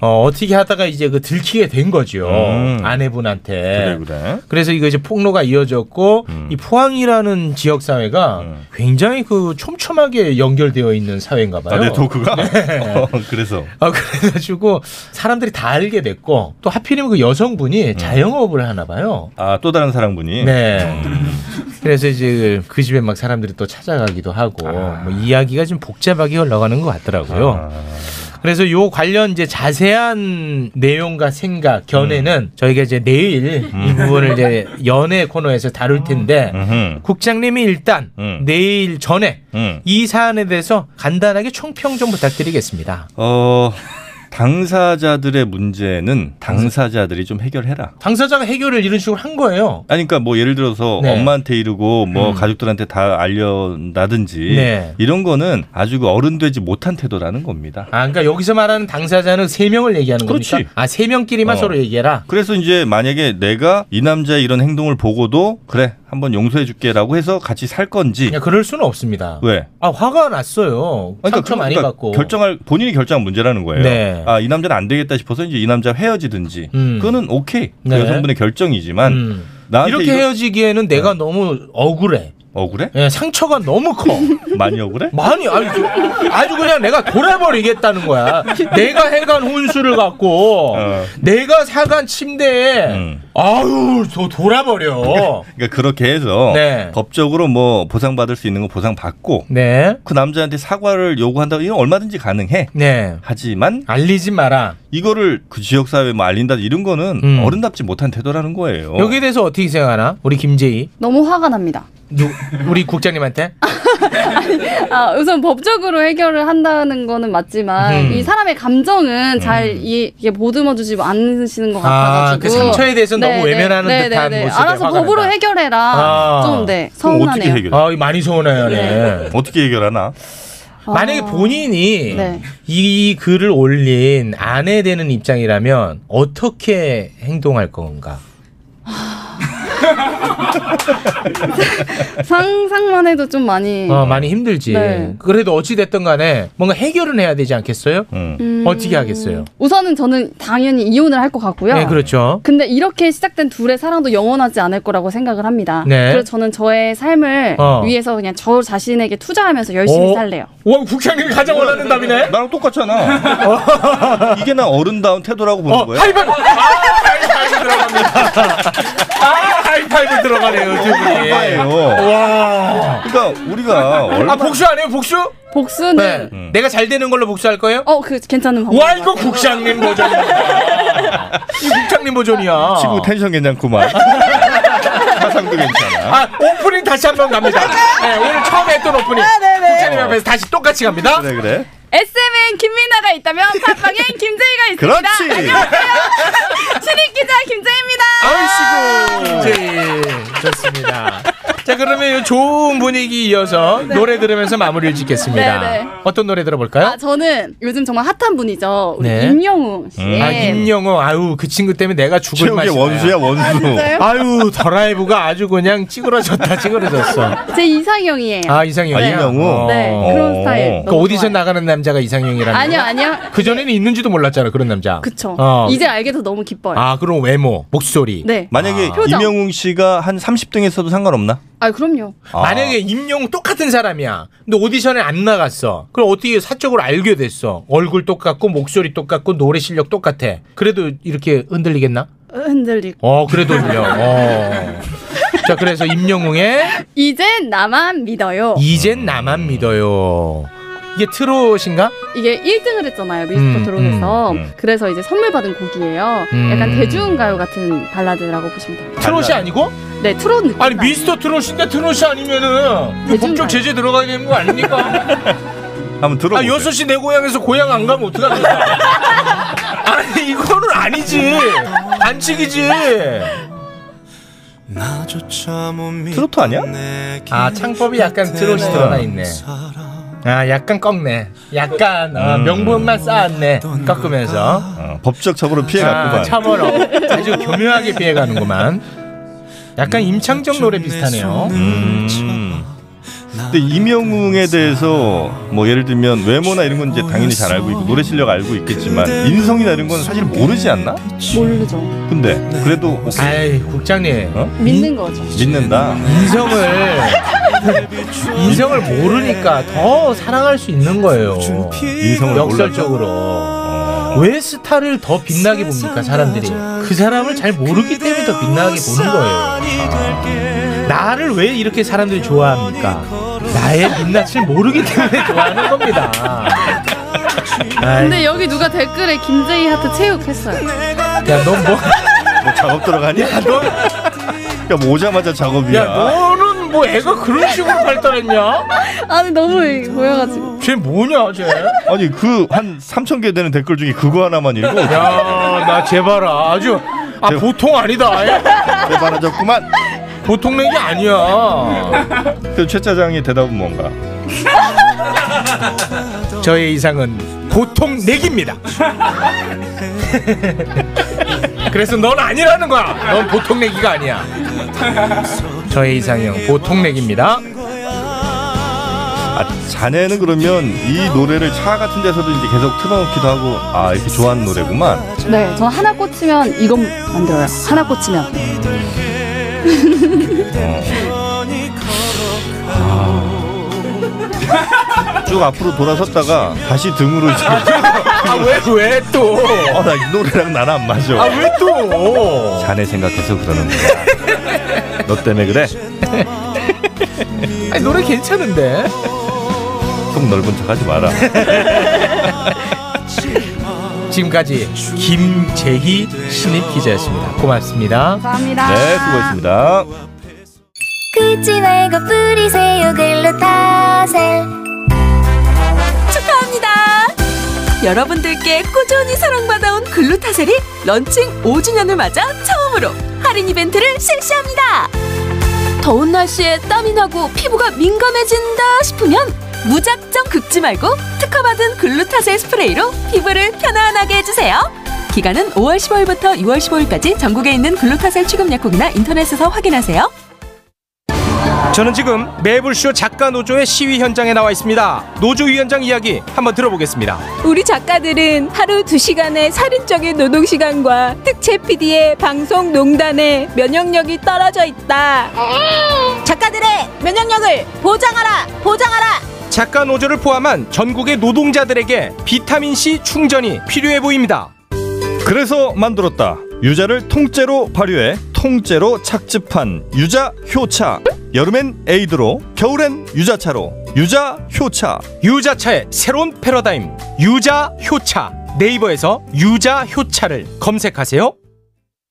S4: 어, 어떻게 하다가 이제 그 들키게 된 거죠
S3: 음.
S4: 아내분한테.
S3: 그래 음. 그래.
S4: 서 이거 이제 폭로가 이어졌고 이 포항이라는 지역 사회가 굉장히 그 촘촘하게 연결되어 있는 사회인가
S3: 음.
S4: 봐요. 네.
S3: 아, 내 토크가? 어, 그래서.
S4: 아, 그래가지고 사람들이 다 알게 됐고 또 하필이면 그 여성분이
S3: 음.
S4: 자영업을 하나 봐요.
S3: 아, 또 다른 사랑분이?
S4: 네.
S3: 음.
S4: 그래서 이제 그 집에 막 사람들이 또 찾아가기도 하고 뭐 이야기가 좀 복잡하게 흘러가는 것
S3: 아.
S4: 같더라고요. 그래서 요 관련 이제 자세한 내용과 생각,
S3: 음.
S4: 견해는 저희가 이제 내일 이 부분을 이제 연애 코너에서 다룰 텐데
S3: 음.
S4: 국장님이 일단 내일 전에 이 사안에 대해서 간단하게 총평 좀 부탁드리겠습니다.
S3: 어, 당사자들의 문제는 당사자들이 좀 해결해라.
S4: 당사자가 해결을 이런 식으로 한 거예요.
S3: 아니, 그러니까 뭐 예를 들어서
S4: 네.
S3: 엄마한테 이르고 뭐
S4: 음.
S3: 가족들한테 다 알려나든지
S4: 네.
S3: 이런 거는 아주 그 어른 되지 못한 태도라는 겁니다.
S4: 아, 그러니까 여기서 말하는 당사자는 세 명을 얘기하는
S3: 그렇지.
S4: 겁니까? 아, 세 명끼리만
S3: 어.
S4: 서로 얘기해라.
S3: 그래서 이제 만약에 내가 이 남자의 이런 행동을 보고도 그래 한번 용서해 줄게라고 해서 같이 살 건지
S4: 야, 그럴 수는 없습니다.
S3: 왜?
S4: 아, 화가 났어요.
S3: 아니,
S4: 상처 많이
S3: 그러니까
S4: 받고.
S3: 결정할 본인이 결정한 문제라는 거예요.
S4: 네.
S3: 아 이 남자는 안 되겠다 싶어서 이제 이 남자 헤어지든지
S4: 음.
S3: 그거는 오케이 그
S4: 네. 음.
S3: 여성분의 결정이지만 나한테
S4: 이렇게
S3: 이거- 네.
S4: 헤어지기에는 내가 너무 억울해.
S3: 억울해?
S4: 예, 상처가 너무 커.
S3: 많이 억울해?
S4: 많이 아주, 아주 그냥 내가 돌아버리겠다는 거야. 내가 해간 혼수를 갖고
S3: 어.
S4: 내가 사간 침대에
S3: 음.
S4: 아유 저 돌아버려.
S3: 그러니까 그렇게 해서
S4: 네.
S3: 법적으로 뭐 보상받을 수 있는 거 보상받고
S4: 네.
S3: 그 남자한테 사과를 요구한다 이건 얼마든지 가능해.
S4: 네.
S3: 하지만
S4: 알리지 마라.
S3: 이거를 그 지역 사회에 뭐 알린다 이런 거는 어른답지 못한 태도라는 거예요.
S4: 음. 여기에 대해서 어떻게 생각하나? 우리 김재희,
S9: 너무 화가 납니다.
S4: 누, 우리 국장님한테?
S9: 아, 우선 법적으로 해결을 한다는 거는 맞지만
S4: 음.
S9: 이 사람의 감정은 잘 이, 이게 보듬어 주지 않으시는 것
S4: 아,
S9: 같아가지고 네,
S4: 그 상처에 대해서는 너무 외면하는 듯한 모습에
S9: 알아서
S4: 화가
S9: 법으로
S4: 난다.
S9: 해결해라. 좀 네.
S3: 그럼 어떻게
S9: 서운하네요.
S3: 해결해?
S4: 아, 많이 서운해요.
S3: 네. 어떻게 해결하나?
S4: 만약에 본인이
S9: 아. 네.
S4: 이 글을 올린 아내 되는 입장이라면 어떻게 행동할 건가?
S9: 상상만 해도 좀 많이
S4: 어, 많이 힘들지.
S9: 네.
S4: 그래도 어찌 됐든 간에 뭔가 해결은 해야 되지 않겠어요?
S9: 음.
S4: 어떻게 하겠어요?
S9: 우선은 저는 당연히 이혼을 할 것 같고요.
S4: 네, 그렇죠.
S9: 근데 이렇게 시작된 둘의 사랑도 영원하지 않을 거라고 생각을 합니다.
S4: 네.
S9: 그래서 저는 저의 삶을
S4: 어.
S9: 위해서 그냥 저 자신에게 투자하면서 열심히
S4: 어?
S9: 살래요.
S4: 와, 국장님이 가장 원하는 답이네.
S3: 나랑 똑같잖아. 이게 난 어른다운 태도라고 보는 거예요?
S4: 하이파이브. 아, 하이파이브 들어갑니다. 아, 파이파이브 들어가네요, 두 분이. 와.
S3: 예. 그러니까 우리가
S4: 아, 복수 안 해요, 복수?
S9: 복수는
S4: 네. 내가 잘 되는 걸로 복수할 거예요?
S9: 어, 그 괜찮은 방법.
S4: 와, 이거 국장님 버전이야. 이 국장님 버전이야.
S3: 친구 텐션 괜찮구만. 화상도 괜찮아.
S4: 아, 오프닝 다시 한 번 갑니다. 네, 오늘 처음 했던 오프닝.
S9: 아, 네,
S4: 국장님 앞에서 다시 똑같이 갑니다.
S3: 그래, 그래.
S9: SM엔 김민아가 있다면 팟빵엔 김재희가 있습니다.
S4: 그렇지.
S9: 안녕하세요. 신입 기자 김재희입니다.
S4: 아이씨고.
S3: 네.
S4: 이제 예, 좋습니다. 자, 그러면 이 좋은 분위기 이어서 노래 들으면서 마무리를 짓겠습니다.
S9: 네, 네.
S4: 어떤 노래 들어볼까요?
S9: 아, 저는 요즘 정말 핫한 분이죠. 우리
S4: 네.
S9: 임영웅 씨.
S4: 아 임영웅 아유 그 친구 때문에 내가 죽을
S3: 최욱의
S4: 맛이야.
S3: 원수야, 원수. 아, 진짜요?
S4: 아유 더라이브가 아주 그냥 찌그러졌다 찌그러졌어.
S9: 제 이상형이에요.
S4: 아 이상형이야.
S9: 네. 네, 그런 스타일.
S4: 그
S9: 너무
S4: 오디션 나가는 남자가 이상형이라는.
S9: 아니요, 아니요.
S4: 그 전에는 있는지도 몰랐잖아 그런 남자.
S9: 그쵸.
S4: 어.
S9: 이제 알게 돼서 너무 기뻐요.
S4: 아 그럼 외모, 목소리.
S9: 네.
S3: 만약에
S9: 아. 표정.
S3: 임영웅 씨가 한 30등에서도 상관없나?
S9: 아, 그럼요.
S4: 만약에 임영웅 똑같은 사람이야. 근데 오디션에 안 나갔어. 그럼 어떻게 사적으로 알게 됐어? 얼굴 똑같고 목소리 똑같고 노래 실력 똑같아. 그래도 이렇게 흔들리겠나?
S9: 흔들리고.
S4: 어 그래도 흔들려. 어. 자 그래서 임영웅의
S9: 이젠 나만 믿어요.
S4: 이젠 나만 믿어요. 이게 트롯인가?
S9: 이게 1등을 했잖아요 미스터
S4: 음,
S9: 트롯에서
S4: 음, 음.
S9: 그래서 이제 선물 받은 곡이에요
S4: 음.
S9: 약간 대중가요 같은 발라드라고 보시면 돼요
S4: 트롯이 아니고?
S9: 네 트롯 느낌
S4: 아니 미스터 트롯인데 트롯이 아니면은 이거 법적 제재 들어가야 되는 거 아닙니까?
S3: 한번 들어.
S4: 아 여섯 시 내 고향에서 고향 안 가면 어떡하냐? 아니 이거는 아니지. 반칙이지.
S3: 트로트 아니야?
S4: 아 창법이 약간 트롯이 들어가 있네. 아 약간 꺾네. 약간 어, 명분만 쌓았네. 꺾으면서.
S3: 어, 법적 처벌을 피해갔구만.
S4: 아, 참어로 아주 교묘하게 피해가는구만. 약간 임창정 노래 비슷하네요.
S3: 음. 근데 임영웅에 대해서 뭐 예를 들면 외모나 이런 건 이제 당연히 잘 알고 있고 노래 실력 알고 있겠지만 인성이나 이런 건 사실 모르지 않나?
S9: 모르죠
S3: 근데 그래도
S4: 아이 국장님
S9: 믿는 거죠
S3: 믿는다. 뭐
S4: 인성을 인성을 모르니까 더 사랑할 수 있는 거예요.
S3: 인성을
S4: 역설적으로 왜 스타를 더 빛나게 봅니까 사람들이? 그 사람을 잘 모르기 때문에 더 빛나게 보는 거예요. 아. 나를 왜 이렇게 사람들이 좋아합니까? 나의 빛낯을 모르기 때문에 좋아하는 겁니다. 아이,
S9: 근데 여기 누가 댓글에 김재희 하트 체육했어요
S4: 야, 넌 뭐?
S3: 뭐 작업 들어가니? 야,
S4: 너...
S3: 뭐 오자마자 작업이야.
S4: 야 너는 뭐 애가 그런 식으로 발달했냐?
S9: 아니 너무 보여가지고
S4: 쟤 뭐냐, 쟤?
S3: 아니 그 한 3천 개 되는 댓글 중에 그거 하나만 읽고.
S4: 야, 나 제발아 아주 아 보통 아니다. 예?
S3: 대단하졌구만.
S4: 보통 낸게 아니야.
S3: 그최 차장의 대답은 뭔가?
S4: 저의 이상은 보통 내기입니다. 그래서 넌 아니라는 거야. 넌 보통 내기가 아니야. 저의 이상형 보통 내기입니다.
S3: 아, 자네는 그러면 이 노래를 차 같은 데서도 이제 계속 틀어놓기도 하고 아 이렇게 좋아하는 노래구만.
S9: 네저 하나 꽂히면 이건 만들어요 하나 꽂히면
S3: 쭉 앞으로 돌아섰다가 다시 등으로 이제. 어,
S4: 아왜왜 또?
S3: 아나 이 노래랑 나랑 안 맞아.
S4: 아 왜 또?
S3: 자네 생각해서 그러는 거야. 너 때문에 그래.
S4: 아니, 노래 괜찮은데.
S3: 속 넓은 척하지 마라.
S4: 지금까지 김재희 신입 기자였습니다. 고맙습니다.
S9: 감사합니다
S3: 네 수고했습니다.
S11: 긁지 말고 뿌리세요 글루타셀 축하합니다
S1: 여러분들께 꾸준히 사랑받아온 글루타셀이 런칭 5주년을 맞아 처음으로 할인 이벤트를 실시합니다. 더운 날씨에 땀이 나고 피부가 민감해진다 싶으면 무작정 긁지 말고 특허받은 글루타셀 스프레이로 피부를 편안하게 해주세요. 기간은 5월 15일부터 6월 15일까지 전국에 있는 글루타셀 취급 약국이나 인터넷에서 확인하세요.
S4: 저는 지금 매불쇼 작가 노조의 시위 현장에 나와 있습니다. 노조 위원장 이야기 한번 들어보겠습니다.
S12: 우리 작가들은 하루 두시간의 살인적인 노동시간과 특채 PD의 방송 농단에 면역력이 떨어져 있다. 작가들의 면역력을 보장하라! 보장하라!
S13: 작가 노조를 포함한 전국의
S14: 네,
S13: 노동자들에게 비타민 C 충전이 필요해 보입니다.
S3: 그래서 만들었다.
S8: 유자를 통째로 발효해 통째로 착즙한 유자 효차. 여름엔 에이드로, 겨울엔 유자차로. 유자 효차.
S14: 유자차의 새로운 패러다임 유자 효차 아, 네이버에서 유자 효차를 검색하세요.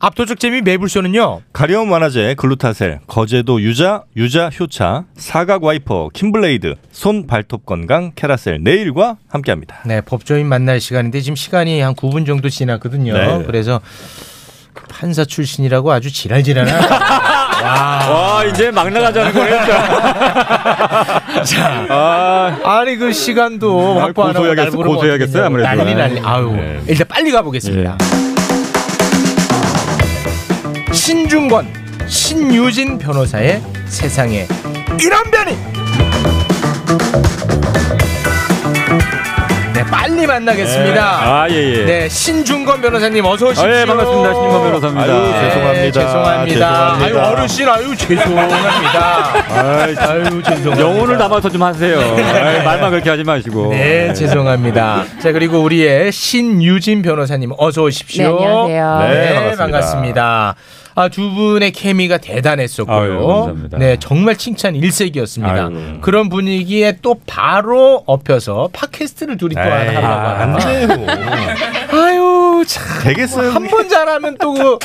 S14: 압도적 재미 매불쇼는요
S8: 가려움 완화제 글루타셀 거제도 유자 유자 효차 사각 와이퍼 킴블레이드 손 발톱 건강 캐라셀 네일과 함께합니다
S4: 네, 법조인 만날 시간인데 지금 시간이 한 9분 정도 지났거든요.
S8: 네.
S4: 그래서 그 판사 출신이라고 아주 지랄지랄한
S3: 와 아, 이제 막 나가자는 거예요.
S4: 자, 아, 니그 시간도
S3: 음,
S4: 확보 안 하고
S3: 고소해야겠어,
S4: 날 물어보면
S3: 고소해야겠어요,
S4: 어떡하냐고.
S3: 아무래도.
S8: 네.
S3: 네. 예.
S4: 난리 난리. 아유, 일단 빨리 가보겠습니다. 신중권, 신유진 변호사의 세상에 이런 변이. 네, 빨리 만나겠습니다.
S3: 예. 아, 예, 예.
S4: 네, 신중권 변호사님 어서 오십시오.
S3: 아, 예, 반갑습니다. 신중권 변호사입니다.
S4: 아유,
S3: 네,
S4: 죄송합니다.
S3: 죄송합니다.
S4: 아유, 어르신, 아유, 죄송합니다. 아유, 죄송합니다.
S3: 영혼을 담아서 좀 하세요. 아이, 말만 그렇게 하지 마시고.
S4: 네, 죄송합니다. 자 그리고 우리의 신유진 변호사님 어서 오십시오.
S1: 네, 안녕하세요.
S4: 네,
S1: 네,
S4: 반갑습니다.
S1: 반갑습니다.
S4: 아, 두 분의 케미가 대단했었고요.
S3: 아유, 감사합니다.
S4: 네, 정말 칭찬 일색이었습니다.
S3: 아유.
S4: 그런 분위기에 또 바로 엎여서 팟캐스트를 둘이 또
S3: 에이,
S4: 하려고
S3: 아,
S4: 하나.
S3: 안
S4: 아유, 참.
S8: 되겠어요.
S4: 한 번 잘하면 또 그.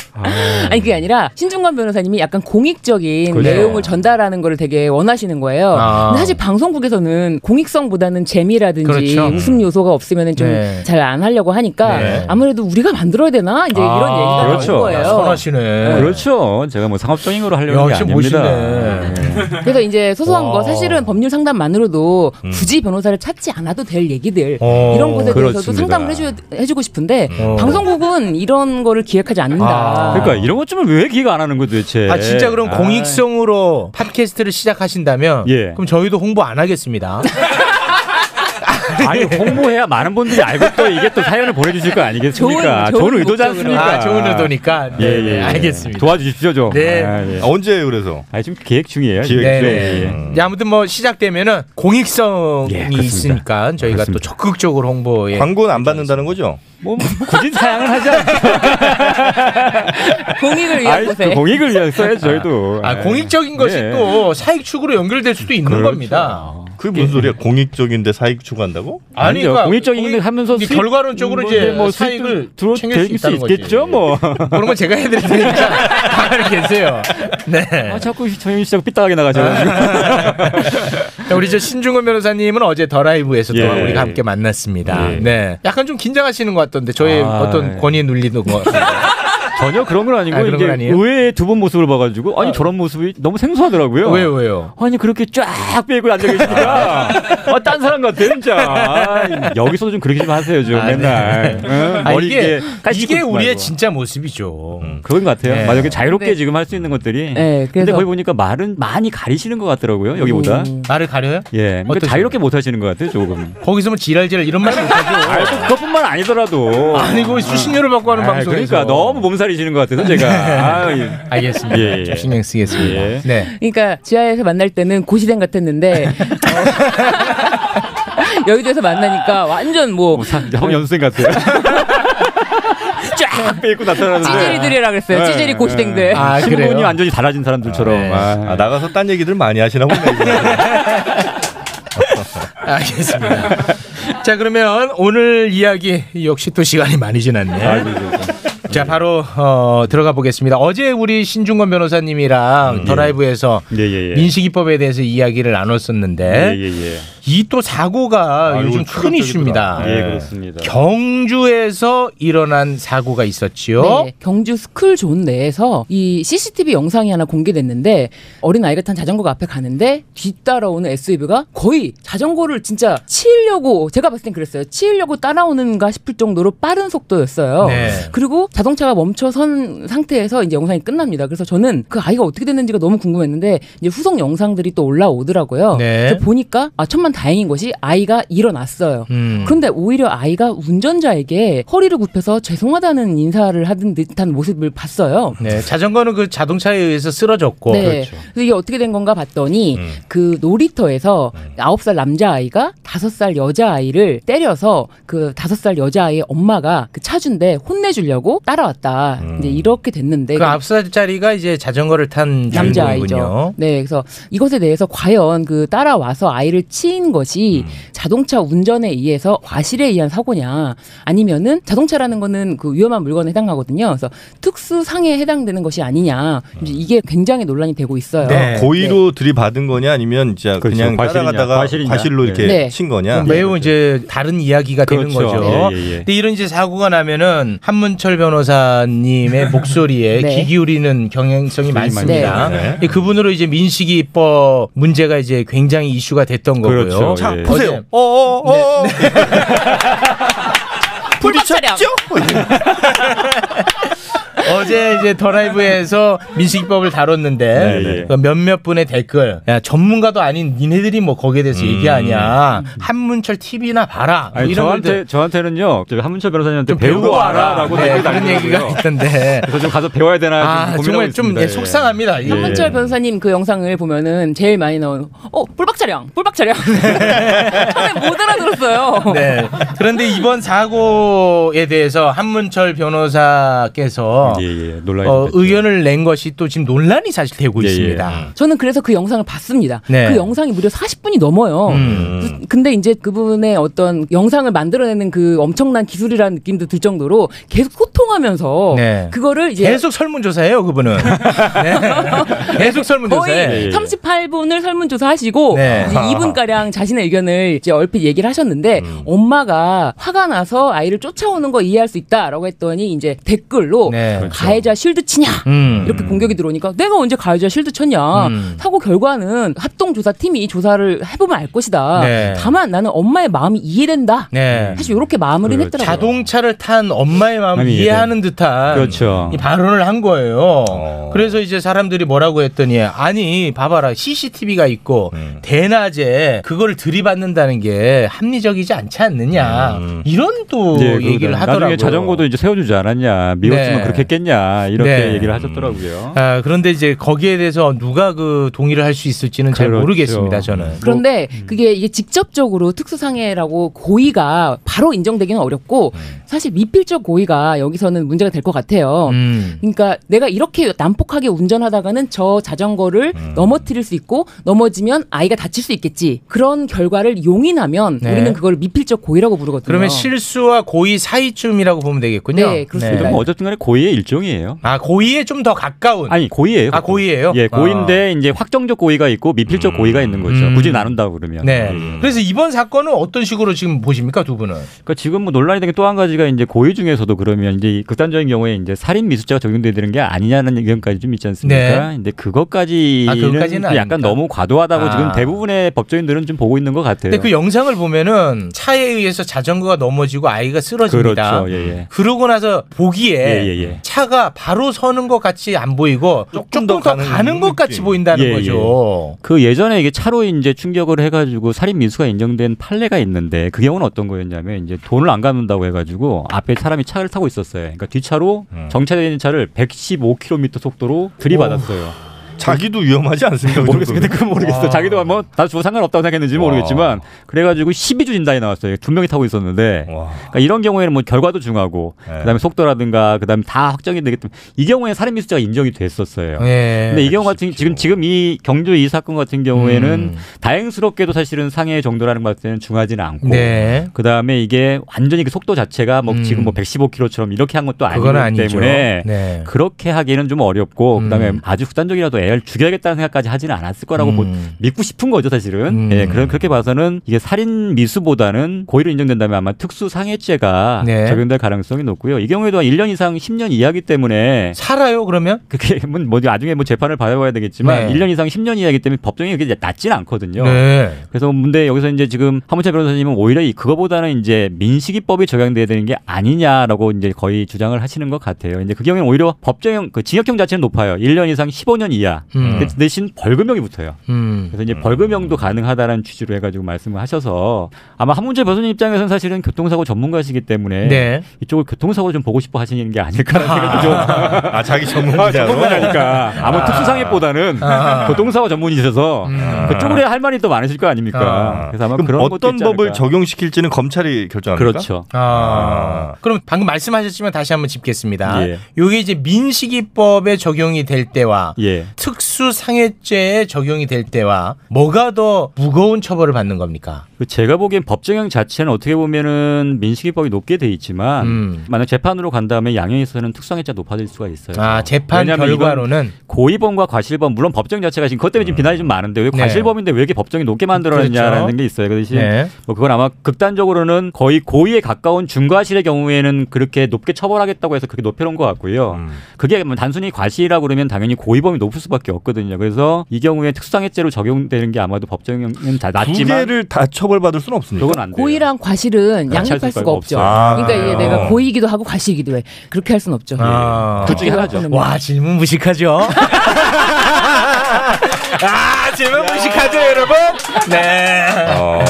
S1: 아니 그게 아니라 신중권 변호사님이 약간 공익적인
S4: 그죠.
S1: 내용을 전달하는 거를 되게 원하시는 거예요.
S4: 그렇죠. 아.
S1: 근데 사실 방송국에서는 공익성보다는 재미라든지
S4: 그렇죠.
S1: 웃음 요소가 없으면 좀
S4: 네.
S1: 잘 안 하려고 하니까
S3: 네.
S1: 아무래도 우리가 만들어야 되나 네, 이제
S4: 아,
S1: 이런 얘기가 나올
S4: 그렇죠.
S1: 거예요.
S4: 그 선하시네.
S3: 그렇죠. 제가 뭐 상업적인 걸 하려는
S4: 야,
S3: 게
S4: 진짜
S3: 아닙니다.
S1: 그래서 이제 소소한
S3: 네. 와. 음.
S1: 거 사실은 법률 상담만으로도 굳이 변호사를 찾지 않아도 될 얘기들
S3: 어,
S1: 이런 것에 대해서도
S3: 그렇습니다.
S1: 상담을 해줘, 해주고 싶은데
S3: 어.
S1: 방송국은 이런 거를 기획하지 않는다.
S3: 그러니까 이런 것 좀 왜 기가 안 하는 거 도대체.
S4: 아 진짜 그럼
S3: 예. 아이.
S4: 공익성으로 팟캐스트를 시작하신다면
S3: 예.
S4: 그럼 저희도 홍보 안 하겠습니다.
S3: 아니 홍보해야 많은 분들이 알고 또 이게 또 사연을 보내주실 거 아니겠습니까?
S4: 좋은- 좋은
S3: 의도지
S4: 목적으로.
S3: 않습니까?
S4: 아, 좋은 의도니까. 네,
S3: 예,
S4: 네,
S3: 예, 예.
S4: 알겠습니다.
S3: 도와주십시오 좀.
S4: 네.
S8: 언제예요 그래서?
S3: 아 지금 기획 중이에요.
S4: 네,
S3: 중.
S4: 네.
S3: 예, 예.
S4: 음. 아무튼 뭐 시작되면은 공익성이 있으니까 저희가 또 적극적으로 홍보에
S8: 광고는 안 받는다는 거죠?
S3: 뭐 굳이 사양을 하지 않죠.
S1: 공익을
S3: 위한 아이, 곳에. 그 공익을 위해서 써야죠, 저희도.
S4: 아, 공익적인 것이
S3: 네.
S4: 또 사익 축으로 연결될 수도 있는
S8: 그렇죠.
S4: 겁니다.
S8: 그게 무슨 소리야? 공익적인데 사익 추구한다고?
S4: 예. 아니,
S3: 아니요,
S4: 그러니까
S3: 공익적인 데 하면서
S4: 이게
S3: 수입-
S4: 결과론적으로
S3: 뭐,
S4: 이제
S3: 뭐 수입
S4: 사익을
S3: 들어-
S4: 챙길 수
S3: 될
S4: 있다는
S3: 있겠죠,
S4: 거지.
S3: 뭐.
S4: 그런 건 제가 해드릴 테니까 가만히 계세요. 네.
S3: 아, 자꾸 정윤 씨가 삐딱하게
S4: 아, 예.
S3: 나가죠.
S4: 자, 우리 저 신중훈 변호사님은 어제 더 라이브에서
S3: 예.
S4: 또 우리가 함께 만났습니다.
S3: 예.
S4: 네. 약간 좀 긴장하시는 것 같던데 저의
S3: 아,
S4: 어떤
S3: 예.
S4: 권위에 눌리는 것 같아요.
S3: 전혀 그런 건 아니고
S4: 아, 그런
S3: 이게
S4: 건 아니에요?
S3: 의외의 두 번 모습을 봐가지고 아니 저런 모습이 너무 생소하더라고요.
S4: 왜요, 왜요?
S3: 아니 그렇게 쫙 빼고 앉아 계시니까 아, 딴 사람 같아 진짜. 아, 여기서도 좀 그렇게 좀 하세요 좀
S4: 아, 네.
S3: 맨날. 응?
S4: 아,
S3: 머리
S4: 이게,
S3: 깔치고
S4: 이게
S3: 있지
S4: 우리의
S3: 말고. 음.
S4: 진짜 모습이죠.
S3: 그런 것 같아요.
S4: 네.
S3: 만약에 자유롭게
S4: 네.
S3: 지금 할 수 있는 것들이.
S4: 네,
S3: 근데
S4: 그래서-
S3: 거기 보니까 말은 많이 가리시는 것 같더라고요. 여기보다.
S1: 음.
S4: 말을 가려요?
S3: 예, 그러니까
S4: 어떠세요?
S3: 자유롭게 못 하시는 것 같아요 조금.
S4: 거기서 뭐 지랄지랄 이런 말 못하고.
S3: 그것뿐만 아니더라도.
S4: 아니고 수신료를 받고 하는
S3: 아,
S4: 방송에서.
S3: 그러니까 너무 몸살 살이시는 것 같아서 제가. 아유, 예.
S4: 알겠습니다.
S3: 예, 예.
S4: 좀 신경 쓰겠습니다.
S3: 예.
S4: 네.
S1: 그러니까 지하에서 만날 때는 고시생 같았는데 어, 여의도에서 만나니까 완전 뭐
S3: 형 연수생 같아요.
S1: 쫙
S3: 빼고 나타나는데.
S1: 찌질이들이라 그랬어요.
S3: 네,
S1: 찌질이
S3: 네.
S1: 고시생들.
S3: 신분이 완전히 달라진 사람들처럼.
S4: 네.
S3: 아,
S8: 아, 나가서 딴 얘기들 많이 하시나 보네.
S4: 알겠습니다. 자 그러면 오늘 이야기 역시 또 시간이 많이 지났네요.
S3: 아,
S4: 자 바로 어, 들어가 보겠습니다. 어제 우리 신중건 변호사님이랑 더 라이브에서 민식이법에 대해서 이야기를
S3: 예,
S4: 나눴었는데 이 또 사고가 요즘 큰 이슈입니다.
S3: 예, 그렇습니다.
S4: 경주에서 일어난 사고가 있었지요.
S1: 네, 경주 스쿨 존 내에서 이 CCTV 영상이 하나 공개됐는데 어린 아이가 탄 자전거가 앞에 가는데 뒤따라오는 SUV가 거의 자전거를 진짜 치려고 제가 봤을 땐 그랬어요. 치려고 따라오는가 싶을 정도로 빠른 속도였어요.
S15: 네.
S1: 그리고 자동차가 멈춰선 상태에서 이제 영상이 끝납니다. 그래서 저는 그 아이가 어떻게 됐는지가 너무 궁금했는데 이제 후속 영상들이 또 올라오더라고요.
S15: 네.
S1: 그래서 보니까 아 천만 다행인 것이 아이가 일어났어요.
S15: 음.
S1: 그런데 오히려 아이가 운전자에게 허리를 굽혀서 죄송하다는 인사를 하는 듯한 모습을 봤어요.
S4: 네, 자전거는 그 자동차에 의해서 쓰러졌고
S1: 네. 그래서 이게 어떻게 된 건가 봤더니 그 놀이터에서 아홉 살 남자아이가 다섯 살 여자아이를 때려서 그 다섯 살 여자아이의 엄마가 그 차주인데 혼내주려고 따라왔다. 이제 이렇게 됐는데
S4: 그 앞살짜리가 이제 자전거를 탄 주인공이군요.
S1: 남자아이죠. 네, 그래서 이것에 대해서 과연 그 따라와서 아이를 치인 것이 자동차 운전에 의해서 과실에 의한 사고냐 아니면은 자동차라는 거는 그 위험한 물건에 해당하거든요. 그래서 특수상해에 해당되는 것이 아니냐 이제 이게 굉장히 논란이 되고 있어요.
S4: 네.
S8: 고의로 들이받은 거냐 아니면 진짜 그
S3: 그렇죠.
S8: 냥
S3: 과실이냐,
S8: 따라가다가
S3: 과실이냐. 예.
S8: 과실로 이렇게
S1: 네.
S8: 친 거냐?
S4: 좀 매우 이제 다른 이야기가 되는
S8: 그렇죠.
S4: 거죠.
S8: 예, 예, 예.
S4: 근데 이런 이제 사고가 나면은 한문철 변호사님의 목소리에
S8: 네.
S4: 귀 기울이는 경향성이 많습니다.
S8: 많죠. 네.
S4: 예, 그분으로 이제 민식이 입법 문제가 이제 굉장히 이슈가 됐던 거고요.
S8: 그렇죠.
S3: 예.
S8: 자, 보세요.
S4: 어어어.
S1: 부딪혔죠?
S4: 어제 이제 더 라이브에서 민식이법을 다뤘는데
S3: 네,
S4: 그 몇몇 분의 댓글 야 전문가도 아닌 니네들이 뭐 거기에 대해서 얘기하냐 한문철 TV나 봐라 뭐
S3: 아니,
S4: 이런
S3: 저한테
S4: 분들.
S3: 저한테는요 저 한문철 변호사님한테
S4: 좀
S3: 배우고,
S4: 배우고 와라.
S3: 와라라고
S4: 네,
S3: 댓글
S4: 그런
S3: 달리더라고요.
S4: 얘기가 있던데.
S3: 그래서 좀 가서 배워야 되나
S4: 아,
S3: 좀
S4: 정말
S3: 고민하고
S4: 좀,
S3: 있습니다.
S4: 예, 속상합니다. 예.
S1: 한문철 변호사님 그 영상을 보면은 제일 많이 나오는 어 뿔박차량 뿔박차량 네. 처음에 못 알아들었어요.
S4: 네. 그런데 이번 사고에 대해서 한문철 변호사께서
S3: 예, 논란이
S4: 어, 의견을 낸 것이 또 지금 논란이 사실 되고
S3: 예, 예.
S4: 있습니다.
S1: 저는 그래서 그 영상을 봤습니다.
S4: 네.
S1: 그 영상이 무려 40분이 넘어요.
S4: 음.
S1: 그- 근데 이제 그분의 어떤 영상을 만들어내는 그 엄청난 기술이라는 느낌도 들 정도로 계속 소통하면서
S4: 네.
S1: 그거를 이제
S4: 계속 설문조사예요, 그분은. 네. 계속
S1: 거의
S4: 설문조사예요.
S1: 38분을 설문조사 하시고
S4: 네.
S1: 이제 2분가량 자신의 의견을 이제 얼핏 얘기를 하셨는데
S4: 음.
S1: 엄마가 화가 나서 아이를 쫓아오는 거 이해할 수 있다라고 했더니 이제 댓글로
S15: 네, 그렇죠.
S1: 가해자 실드 치냐
S15: 음.
S1: 이렇게 공격이 들어오니까 내가 언제 가해자 실드 쳤냐
S15: 음.
S1: 사고 결과는 합동조사팀이 이 조사를 해보면 알 것이다
S4: 네.
S1: 다만 나는 엄마의 마음이 이해된다
S3: 음.
S4: 네.
S1: 사실 이렇게 마무리를 했더라고요
S4: 자동차를 탄 엄마의 마음을
S1: 아니,
S4: 이해하는 듯한
S3: 예, 그렇죠.
S4: 이 발언을 한 거예요.
S3: 어.
S4: 그래서 이제 사람들이 뭐라고 했더니 아니 봐봐라 CCTV가 있고
S3: 음.
S4: 대낮에 그걸 들이받는다는 게 합리적이지 않지 않느냐 이런 또
S3: 음. 예, 그거다.
S4: 얘기를 하더라고요.
S3: 나중에 자전거도 이제 세워주지 않았냐 미웠으면
S4: 네.
S3: 그렇게 했겠냐 이렇게
S4: 네.
S3: 얘기를 하셨더라고요.
S4: 아, 그런데 이제 거기에 대해서 누가 그 동의를 할 수 있을지는 잘
S3: 그렇죠.
S4: 모르겠습니다. 저는.
S1: 그런데 그게 이게 직접적으로 특수상해라고 고의가 바로 인정되기는 어렵고 사실 미필적 고의가 여기서는 문제가 될 것 같아요.
S15: 음.
S1: 그러니까 내가 이렇게 난폭하게 운전하다가는 저 자전거를 넘어뜨릴 수 있고 넘어지면 아이가 다칠 수 있겠지. 그런 결과를 용인하면
S4: 네.
S1: 우리는 그걸 미필적 고의라고 부르거든요.
S4: 그러면 실수와 고의 사이쯤이라고 보면 되겠군요.
S1: 네, 그렇습니다.
S3: 그럼 뭐 어쨌든간에 고의의 일종이에요.
S4: 아 고의에 좀 더 가까운.
S3: 아니 고의예요.
S4: 아, 고의예요? 아. 음.
S3: 예, 고인데 이제 확정적 고의가 있고 미필적 고의가 있는 거죠. 굳이 나눈다 고 그러면.
S4: 네.
S3: 예.
S4: 그래서 이번 사건은 어떤 식으로 지금 보십니까 두 분은?
S3: 그러니까 지금 뭐 논란이 된 게 또 한 가지가 이제 고의 중에서도 그러면 이제 이 극단적인 경우에 이제 살인 미수죄가 적용돼야 되는 게 아니냐는 의견까지 좀 있지 않습니까?
S4: 네.
S3: 근데 그것까지는,
S4: 아, 그것까지는
S3: 약간
S4: 아닙니까?
S3: 너무 과도하다고
S4: 아.
S3: 지금 대부분의 법조인들은 좀 보고 있는 것 같아요.
S4: 근데 그 영상을 보면은 차에 의해서 자전거가 넘어지고 아이가 쓰러집니다.
S3: 그렇죠. 예, 예.
S4: 그러고 나서 보기에
S3: 예, 예, 예.
S4: 차가 바로 서는 것 같이 안 보이고 조금 더, 가는, 것 같이 보인다는
S3: 예,
S4: 거죠.
S3: 예. 그 예전에 이게 차로 이제 충격을 해가지고 살인 미수가 인정된 판례가 있는데 그 경우는 어떤 거였냐면 이제 돈을 안 갚는다고 해가지고 차로 앞에 사람이 차를 타고 있었어요. 그러니까 뒷차로
S8: 음.
S3: 정차된 차를 115km 속도로 들이받았어요.
S8: 자기도 위험하지 않습니까? 그
S3: 모르겠어요. 근데
S8: 정도면?
S3: 그건 모르겠어.
S8: 와.
S3: 자기도 한번 나 죽어 상관없다고 생각했는지
S8: 와.
S3: 모르겠지만 그래가지고 12주 진단이 나왔어요. 두 명이 타고 있었는데 그러니까 이런 경우에는 뭐 결과도 중요하고
S8: 네.
S3: 그다음에 속도라든가 그다음에 다 확정이 되기 때문에 이 경우에 살인 미수자가 인정이 됐었어요.
S4: 예.
S3: 그 근데 이 경우 같은
S8: 그렇죠.
S3: 지금 지금 이 경주 이 사건 같은 경우에는
S4: 음.
S3: 다행스럽게도 사실은 상해 정도라는 것 때는 중하지는 않고
S4: 네. 음.
S3: 그다음에 이게 완전히 그 속도 자체가 뭐 지금 뭐 115km처럼 이렇게 한 것도
S4: 그건
S3: 아니기
S4: 아니죠.
S3: 때문에
S4: 네.
S3: 그렇게 하기는 좀 어렵고 그다음에 아주 극단적이라도 애를 죽여야겠다는 생각까지 하지는 않았을 거라고
S4: 음.
S3: 보- 믿고 싶은 거죠 사실은 예 그런 그렇게 봐서는 이게 살인 미수보다는 고의로 인정된다면 아마 특수 상해죄가
S4: 네.
S3: 적용될 가능성이 높고요 이 경우에도 한 1년 이상 10년 이하기 때문에
S4: 살아요 그러면
S3: 그게 뭐 뭐 나중에 뭐 재판을 받아봐야 되겠지만
S4: 네.
S3: 1년 이상 10년 이하기 때문에 법정이 그게 낮진 않거든요
S4: 네.
S3: 그래서 근데 여기서 이제 지금 하문철 변호사님은 오히려 이- 그거보다는 이제 민식이법이 적용돼야 되는 게 아니냐라고 이제 거의 주장을 하시는 것 같아요. 이제 그 경우에는 오히려 법정형 그 징역형 자체는 높아요. 1년 이상 15년 이하.
S4: 음.
S3: 그 대신 벌금형이 붙어요.
S4: 음.
S3: 그래서 이제 벌금형도 가능하다라는 취지로 해가지고 말씀을 하셔서 아마 한문철 변호사님 입장에서는 사실은 교통사고 전문가시기 때문에
S4: 네.
S3: 이쪽을 교통사고 좀 보고 싶어 하시는 게 아닐까라는 생각이 좀
S8: 아 자기
S3: 아,
S8: 전문가로.
S3: 전문가니까 아무 특수상해보다는
S8: 아. 음.
S3: 교통사고 전문이셔서 그쪽으로 할 말이 더 많으실 거 아닙니까? 그래서 아마
S8: 그럼
S3: 그런 것도
S8: 어떤
S3: 있지
S8: 법을
S3: 않을까.
S8: 적용시킬지는 검찰이 결정합니까?
S3: 그렇죠.
S4: 아. 그럼 방금 말씀하셨지만 다시 한번 짚겠습니다.
S3: 예.
S4: 요게 이제 민식이법에 적용이 될 때와
S3: 예.
S4: 특수상해죄에 적용이 될 때와 뭐가 더 무거운 처벌을 받는 겁니까?
S3: 그 제가 보기엔 법정형 자체는 어떻게 보면은 민식이법이 높게 돼 있지만
S4: 음.
S3: 만약 재판으로 간 다음에 양형에서는 특수상해죄 높아질 수가 있어요.
S4: 아, 재판
S3: 왜냐면 이건
S4: 결과로는?
S3: 고의범과 과실범 물론 법정 자체가 지금 그것 때문에 지금 비난이 좀 많은데 왜
S4: 네.
S3: 과실범인데 왜 이렇게 법정이 높게 만들어놨냐라는
S4: 그렇죠.
S3: 게 있어요. 그 대신
S8: 예.
S4: 네.
S3: 뭐 그건 아마 극단적으로는 거의 고의에 가까운 중과실의 경우에는 그렇게 높게 처벌하겠다고 해서 그렇게 높여놓은 것 같고요.
S4: 음.
S3: 그게 뭐 단순히 과실이라고 그러면 당연히 고의범이 높을 수밖에 없거든요. 그래서 이 경우에 특수상해죄로 적용되는 게 아마도 법정형은 다 낮지만
S8: 두 개를 다 처벌받을 수는 없습니까?
S3: 그건 안 돼요.
S1: 고의랑 과실은
S3: 같이
S1: 양립할
S3: 할
S1: 수가 없죠.
S3: 아,
S1: 그러니까 이게
S3: 그래요?
S1: 내가 고의이기도 하고 과실이기도 해. 그렇게 할 수는 없죠.
S4: 아.
S1: 둘 중에 하나죠.
S4: 와, 질문 무식하죠? 아, 질문 무식하죠, 여러분? 네.
S8: 어,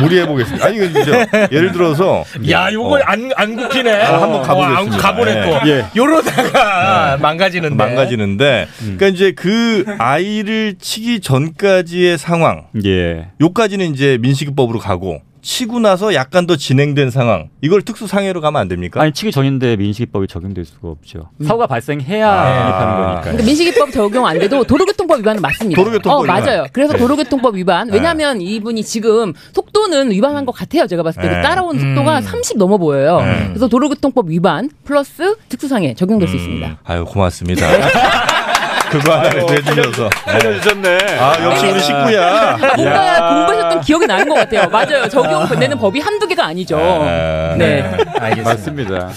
S8: 무리해 보겠습니다. 아니 그 진짜 예를 들어서
S4: 야, 요거 안, 안 굽히네. 어,
S8: 아, 한번 가보겠습니다.
S4: 안 가보냈고.
S8: 예. 네.
S4: 요러다가 망가지는데.
S8: 망가지는데 그러니까 이제 그 아이를 치기 전까지의 상황
S3: 예.
S8: 요까지는 이제 민식이법으로 가고 치고 나서 약간 더 진행된 상황 이걸 특수상해로 가면 안 됩니까?
S3: 아니 치기 전인데 민식이법이 적용될 수가 없죠.
S1: 음.
S3: 사고가 발생해야
S8: 아.
S3: 입하는 거니까요.
S1: 그러니까 민식이법 적용 안 돼도 도로교통법 위반은 맞습니다.
S3: 도로교통법
S1: 어,
S3: 위반.
S1: 맞아요. 그래서
S3: 네.
S1: 도로교통법 위반.
S3: 네.
S1: 왜냐하면 이분이 지금 속도는 위반한 것 같아요. 제가 봤을 때
S8: 네.
S1: 그 따라온 속도가 30 넘어 보여요.
S8: 네.
S1: 그래서 도로교통법 위반 플러스 특수상해 적용될 수 있습니다.
S8: 아유 고맙습니다. 그거 하나를 또 해주셔서
S3: 알려주셨네.
S8: 아 역시 우리 식구야.
S1: 뭔가 공부하셨던 기억이 나는 것 같아요. 맞아요. 적용되는 법이 한두 개가 아니죠. 네.
S4: 알겠습니다.
S3: 네, 맞습니다.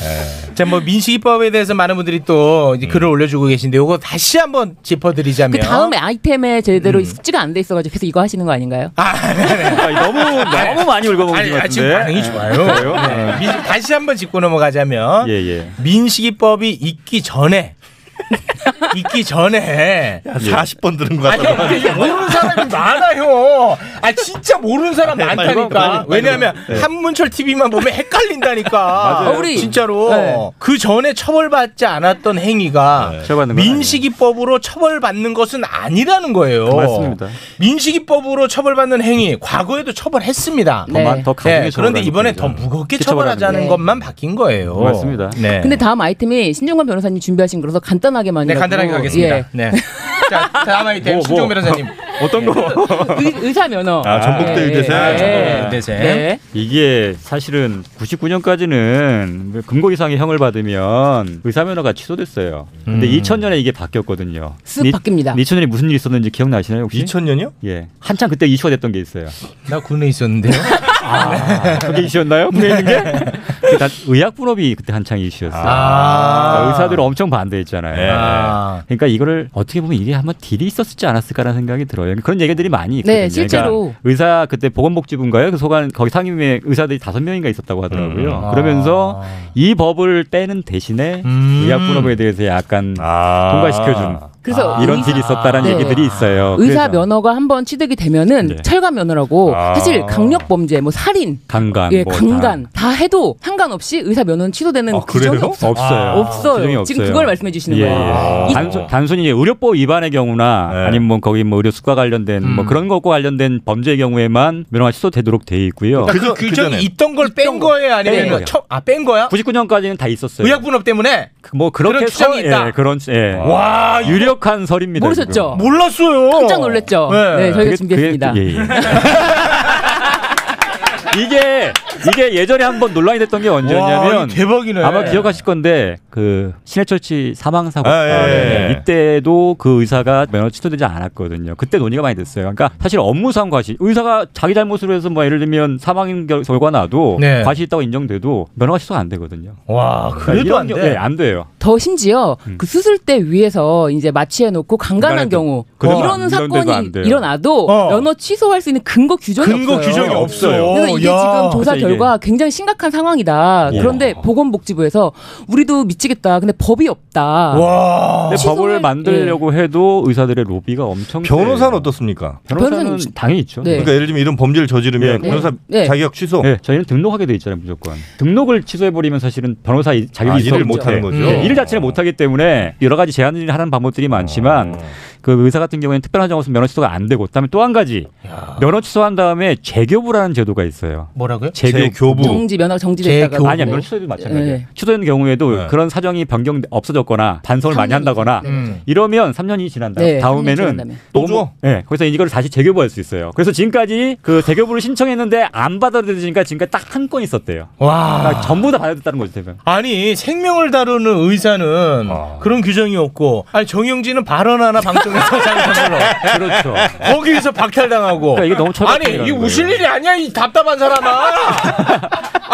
S4: 자, 뭐 민식이법에 대해서 많은 분들이 또
S8: 음.
S4: 이제 글을 올려주고 계신데 요거 다시 한번 짚어드리자면
S1: 그 다음에 아이템에 제대로 숙지가 안 돼 있어가지고 그래서 이거 하시는 거 아닌가요?
S3: 너무 너무 많이
S8: 어,
S3: 울고먹은
S4: 네, 아니,
S3: 것
S4: 아, 지금
S3: 같은데.
S4: 반응이 좋아요. 네. 민- 다시 한번 짚고
S8: 예,
S3: 예,
S4: 넘어가자면 민식이법이 있기 전에 있기 전에
S8: 40번 들은 것
S4: 아니
S8: 같다.
S4: 근데 모르는 사람이 많아요. 아 진짜 모르는 사람
S8: 네, 빨리
S4: 많다니까.
S8: 빨리 빨리
S4: 왜냐하면
S8: 네.
S4: 한문철 TV만 보면 헷갈린다니까.
S8: 맞아요. 어, 우리-
S4: 진짜로
S8: 네.
S4: 그 전에 처벌받지 않았던 행위가
S3: 네,
S4: 민식이법으로 처벌받는 것은 아니라는 거예요.
S3: 네, 맞습니다.
S4: 민식이법으로 처벌받는 행위 과거에도 처벌했습니다.
S3: 네.
S4: 네,
S3: 더 마- 더 가중의
S4: 그런데
S3: 처벌하는
S4: 이번에 더
S3: 거죠.
S4: 무겁게
S3: 이렇게 처벌하는
S4: 처벌하자는
S3: 거죠.
S4: 것만 바뀐 거예요.
S3: 맞습니다.
S4: 네.
S1: 네. 근데 다음 아이템이 신중관 변호사님 준비하신 거라서 간단하게만. 예.
S4: 네, 간단하게 가겠습니다. 네. 자, 다음 아이템
S1: 뭐,
S4: 신종
S1: 뭐.
S4: 변호사님.
S3: 어떤 거?
S1: 의, 사 면허. 네.
S3: 아,
S1: 네. 네.
S3: 이게 사실은 99년까지는 금고 이상의 형을 받으면 의사 면허가 취소됐어요. 근데 2000년에 이게 바뀌었거든요.
S1: 쓱 바뀝니다.
S3: 2000년에 무슨 일이 있었는지 기억나시나요? 혹시?
S8: 2000년이요?
S3: 예. 한참 그때 이슈가 됐던 게 있어요.
S4: 나 군에 있었는데요.
S3: 아, 그게 이슈였나요? 군에 있는 게? 일단 의약 분업이 그때 한창 이슈였어요. 그러니까 의사들은 엄청 반대했잖아요.
S4: 아.
S3: 그러니까 이거를 어떻게 보면 이게 한번 딜이 있었을지 않았을까라는 생각이 들어요. 그런 얘기들이 많이 있거든요.
S1: 네, 실제로.
S3: 그러니까 의사 그때 보건복지부인가요? 그 소관 거기 상임위에 의사들이 다섯 명인가 있었다고 하더라고요.
S8: 음.
S3: 그러면서 이 법을 빼는 대신에 의약 분업에 대해서 약간 통과시켜준
S1: 그래서
S3: 아, 이런
S1: 의사-
S3: 딜이 있었다라는
S1: 네.
S3: 얘기들이
S1: 의사
S3: 있어요. 그래서 네.
S1: 면허가 한번 취득이 되면은 철거 면허라고
S3: 아.
S1: 사실 강력 범죄 뭐 살인
S3: 강간,
S1: 예,
S3: 뭐
S1: 강간 다 해도 상관 상관없이 의사 면허는 취소되는
S3: 아,
S1: 규정이
S3: 그래요?
S1: 없어요.
S3: 없어요.
S1: 없어요.
S3: 규정이
S1: 지금
S3: 없어요.
S1: 그걸 말씀해 주시는
S3: 예,
S1: 거예요.
S4: 아.
S3: 예.
S1: 이-
S3: 단순, 단순히 이제 의료법 위반의 경우나
S4: 네.
S3: 아니면 뭐 거기 뭐 의료수과 관련된
S1: 음.
S3: 뭐 그런 것과 관련된 범죄의 경우에만 면허가 취소되도록 돼 있고요.
S1: 그러니까
S4: 그, 규정이 있던 걸 뺀 거예요,
S3: 뺀
S4: 아니면
S3: 거예요.
S4: 처, 아, 뺀 거야?
S3: 99년까지는 다 있었어요.
S4: 의약분업 때문에
S3: 그- 뭐 그렇게
S4: 그런 규정이
S3: 서-
S4: 있다.
S3: 예, 그런 예.
S4: 와, 이거-
S3: 유력한 설입니다.
S1: 모르셨죠?
S3: 지금.
S4: 몰랐어요.
S1: 깜짝 놀랐죠? 네, 저희가
S3: 그게-
S1: 준비했습니다.
S3: 그게- 예, 예. 이게 이게 예전에 한번 논란이 됐던 게 언제였냐면
S4: 와, 대박이네.
S3: 아마 기억하실 건데 그 신해철 씨 사망 사고
S4: 아, 예,
S3: 네,
S4: 예.
S3: 이때도 그 의사가 면허 취소되지 않았거든요. 그때 논의가 많이 됐어요. 그러니까 사실 업무상 과실 의사가 자기 잘못으로 해서 뭐 예를 들면 사망 결- 결과 나도
S1: 네.
S3: 과실이 있다고 인정돼도 면허가 취소가 안 되거든요. 그러니까
S4: 와
S1: 그래도 안 돼.
S3: 예, 안 돼요.
S1: 더 심지어 그 수술 때 위에서 이제 마취해 놓고 강간한
S3: 음. 강간했던-
S1: 경우
S3: 그래도
S1: 이런
S3: 안- 이런 데도
S1: 사건이
S3: 안 돼요.
S1: 일어나도 면허 취소할 수 있는 근거 규정이
S3: 근거
S1: 없어요.
S3: 규정이 없어요.
S1: 그래서 이게
S3: 야.
S1: 지금 조사
S3: 그래서 이게-
S1: 결과 굉장히 심각한 상황이다.
S3: 예.
S1: 그런데 보건복지부에서 우리도 미치겠다. 근데 법이 없다.
S4: 어.
S3: 근데
S1: 취소할-
S3: 법을 만들려고 해도 의사들의 로비가 엄청. 네.
S8: 변호사는 어떻습니까?
S3: 변호사는
S8: 변호사는
S3: 당연히 있죠.
S1: 네.
S8: 그러니까 예를 들면 이런 범죄를 저지르면 변호사 자격 취소.
S3: 예, 저희는 등록하게 돼 있잖아요, 무조건. 등록을 취소해버리면 사실은 변호사 이- 자격이
S8: 아,
S3: 있어
S8: 일을 못하는 거죠.
S3: 예, 일을 자체를 못하기 때문에 여러 가지 제한을 하는 방법들이
S8: 아.
S3: 많지만 그 의사 같은 경우에는 특별한 경우 없으면 면허 취소가 안 되고, 그다음에 또 한 가지 면허 취소한 다음에 재교부라는 제도가 있어요.
S4: 뭐라고요?
S1: 정지 면허 정지됐다가
S8: 어, 네.
S1: 뭐
S3: 아니야 면허 취소도 마찬가지예요. 취소되는 경우에도 그런 사정이 변경 없어졌거나 반성을 많이 한다거나
S8: 음.
S3: 이러면 네. 3년이 지난다.
S1: 네, 삼
S3: 다음에는
S1: 년이 지난 다음에.
S3: 또 줘. 네, 거기서 이걸 다시 재교부할 수 있어요. 그래서 지금까지 그 재교부를 신청했는데 안 받아들여지니까 지금까지 딱 한 건 있었대요.
S4: 와.
S3: 그러니까 전부 다 받아들였다는 거죠, 대변.
S4: 어. 아니 생명을 다루는 의사는
S3: 아.
S4: 그런 규정이 없고 아니 정영진은 발언 하나 방송에서 잘못한 걸로
S3: 그렇죠.
S4: 거기에서 박탈당하고
S3: 그러니까 이게 너무 철학적인
S4: 아니 이게
S3: 거예요.
S4: 웃을 일이 아니야 이 답답한 사람아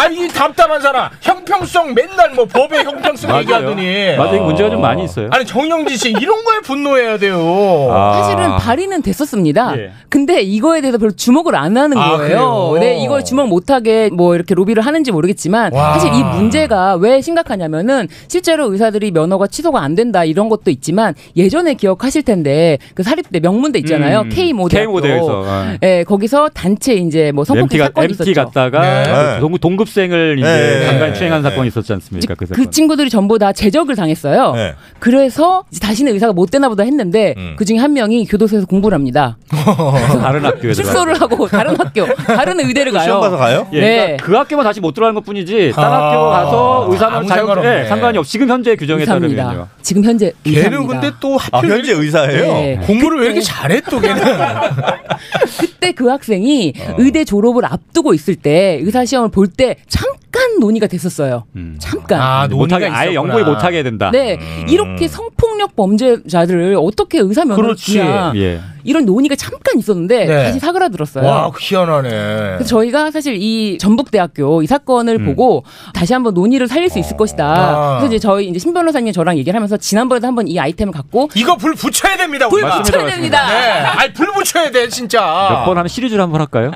S4: 아니 이 답답한 사람 형평성 맨날 뭐 법의 형평성
S3: 맞아요.
S4: 얘기하더니
S3: 맞아요. 이게 문제가 좀 많이 있어요.
S4: 아니 정영진 씨 이런 거에 분노해야 돼요
S1: 아.
S8: 아.
S1: 사실은 발의는 됐었습니다.
S4: 예.
S1: 근데 이거에 대해서 별로 주목을 안 하는
S4: 아,
S1: 거예요.
S4: 그래요?
S1: 네, 이걸 주목 못하게 뭐 이렇게 로비를 하는지 모르겠지만
S4: 와.
S1: 사실 이 문제가 왜 심각하냐면은 실제로 의사들이 면허가 취소가 안 된다 이런 것도 있지만 예전에 기억하실 텐데 그 사립대 명문대 있잖아요.
S3: 음,
S1: K 모대.
S3: K모대에서, 아.
S1: 예, 거기서 단체 이제 뭐 성폭행
S3: MT, 가,
S1: 사건이
S3: MT
S1: 있었죠.
S3: 갔다가 그 동, 동급생을 이제
S8: 네.
S3: 강간
S8: 네.
S3: 추행한
S8: 네.
S3: 사건이 있었지 않습니까? 그 네. 사건.
S1: 그 친구들이 전부 다 제적을 당했어요. 그래서 이제 다시는 의사가 못 되나 보다 했는데
S3: 음.
S1: 그 중에 한 명이 교도소에서 공부를 합니다.
S3: 다른 학교에
S1: 실소를 하고 다른 학교, 다른 의대를 가요.
S3: 예,
S1: 네.
S3: 그러니까 그 학교만 다시 못 들어가는 것뿐이지 다른
S1: 아,
S3: 학교 가서 의사는
S1: 아무
S3: 자유
S1: 상관없네.
S3: 예, 상관이 없. 지금 현재 규정에
S1: 의사입니다.
S3: 따르면요.
S1: 지금 현재 의사입니다. 네.
S4: 걔는 근데 또 하필 네.
S8: 현재 의사예요?
S4: 공부를 왜 이렇게 잘해 또 걔는
S1: 그때 그 학생이
S3: 어.
S1: 의대 졸업을 앞두고 있을 때 의사 시험을 볼 때 잠깐 논의가 됐었어요. 잠깐.
S3: 아, 음. 못하게 아예 영구에 못하게 해야 된다.
S1: 네, 이렇게 성폭력 범죄자들을 어떻게 의사 면허를
S4: 그렇지.
S1: 주냐
S3: 예.
S1: 이런 논의가 잠깐 있었는데
S4: 네.
S1: 다시 사그라들었어요.
S4: 와 희한하네
S1: 그래서 저희가 사실 이 전북대학교 이 사건을 보고 다시 한번 논의를 살릴 수 있을 것이다.
S4: 아.
S1: 그래서 이제 저희 이제 신 변호사님 저랑 얘기를 하면서 지난번에도 한번 이 아이템을 갖고
S4: 이거 불 붙여야 됩니다.
S1: 불
S4: 우리가.
S1: 붙여야 맞습니다, 됩니다.
S4: 네. 아니 불 붙여야 돼 진짜.
S3: 몇 번 하면 시리즈로 한번 할까요?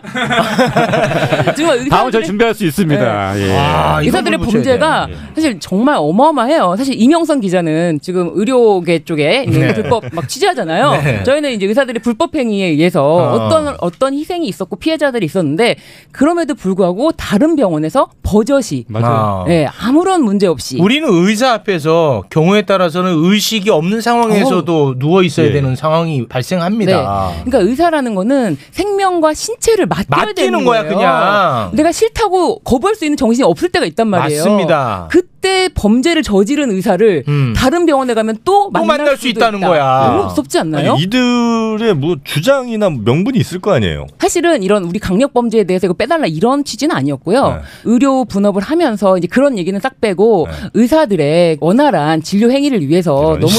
S3: 다음 저희 준비할 수 있습니다.
S4: 아,
S3: 예.
S1: 네. 의사들의 범죄가 사실 정말 어마어마해요. 사실 이명선 기자는 지금 의료계 쪽에 있는
S3: 네.
S1: 불법 막 취재하잖아요.
S3: 네.
S1: 저희는 이제 의사들의 불법 행위에 의해서
S3: 어.
S1: 어. 떤 어떤 희생이 있었고 피해자들이 있었는데 그럼에도 불구하고 다른 병원에서 버젓이
S4: 맞아요.
S1: 네, 아무런 문제 없이
S4: 우리는 의사 앞에서 경우에 따라서는 의식이 없는 상황에서도 누워 있어야
S1: 예.
S4: 되는 상황이 발생합니다.
S1: 네. 그러니까 의사라는 거는 생명과 신체를 맡겨야
S4: 맡기는
S1: 되는
S4: 거야,
S1: 거예요.
S4: 그냥.
S1: 내가 싫다고 거부할 수 있는 정신이 없을 때가 있단 말이에요.
S4: 맞습니다.
S1: 그때 범죄를 저지른 의사를
S4: 음.
S1: 다른 병원에 가면 또, 만날,
S4: 만날
S1: 수도
S4: 수 있다는
S1: 있다.
S4: 거야.
S1: 너무 무섭지 않나요?
S8: 아니, 이들의 뭐 주장이나 명분이 있을 거 아니에요.
S1: 사실은 이런 우리 강력 범죄에 대해서 이거 빼달라 이런 취지는 아니었고요.
S4: 네.
S1: 의료 분업을 하면서 이제 그런 얘기는 싹 빼고
S4: 네.
S1: 의사들의 원활한 진료 행위를 위해서 너무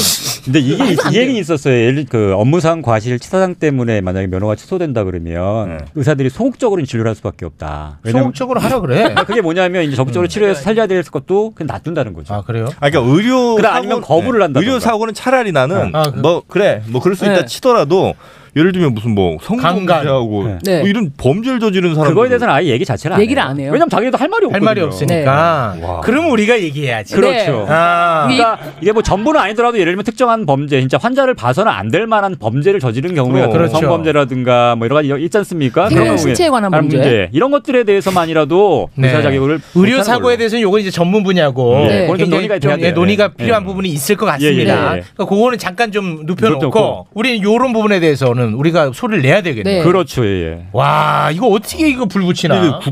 S3: 근데 이게 이 얘기 있었어요. 예를 그 업무상 과실 치사상 때문에 만약에 면허가 취소된다 그러면 의사들이 소극적으로 진료를 할 수밖에 없다.
S1: 네.
S3: 왜냐면-
S4: 소극적으로 하라 그래.
S3: 그게 뭐냐면 이제 적극적으로 치료해서 살려야 될 것도 그냥 놔둔다는 거죠. 아
S4: 그래요?
S8: 아, 그러니까 의료 네.
S3: 그래, 아니면 거부를 한다던가.
S8: 의료 사고는 차라리 나는
S3: 아, 그-
S8: 뭐 그래 뭐 그럴 수 있다
S3: 네.
S8: 치더라도 예를 들면 무슨 뭐 성범죄하고
S1: 네.
S8: 뭐 이런 범죄를 저지른 사람
S3: 그거에 대해서는 아예 얘기 자체를 안
S1: 얘기를 안 해요.
S3: 왜냐면 자기도 할 말이 없거든요.
S1: 할 말이 없으니까.
S4: 네.
S3: 와.
S4: 그럼 우리가 얘기해야지.
S3: 그렇죠.
S4: 네. 아.
S3: 그러니까 이게 뭐 전부는 아니더라도 예를 들면 특정한 범죄, 진짜 환자를 봐서는 안 될 만한 범죄를 저지른 경우에
S4: 그럼. 그렇죠.
S3: 성범죄라든가 뭐 여러 가지 이런- 있지 않습니까?
S4: 생명
S3: 그런 경우에
S4: 신체에 관한
S3: 다른
S4: 문제.
S3: 이런 것들에 대해서만이라도
S4: 네.
S3: 의사 자격을
S4: 의료 사고에 대해서는 요건 이제 전문 분야고
S3: 네. 그건 좀
S4: 굉장히
S3: 논의가
S4: 좀,
S3: 돼야 돼요.
S4: 예, 논의가
S3: 예.
S4: 필요한 부분이 있을 것 같습니다.
S3: 예, 예, 예.
S4: 그러니까 그거는 잠깐 좀 눕혀놓고
S3: 눕혀놓고.
S4: 우리는 요런 부분에 대해서는 우리가 소리를 내야 되겠네요.
S3: 네. 그렇죠, 예.
S4: 와 이거 어떻게 이거 불
S8: 근데
S4: 붙이나?
S8: 그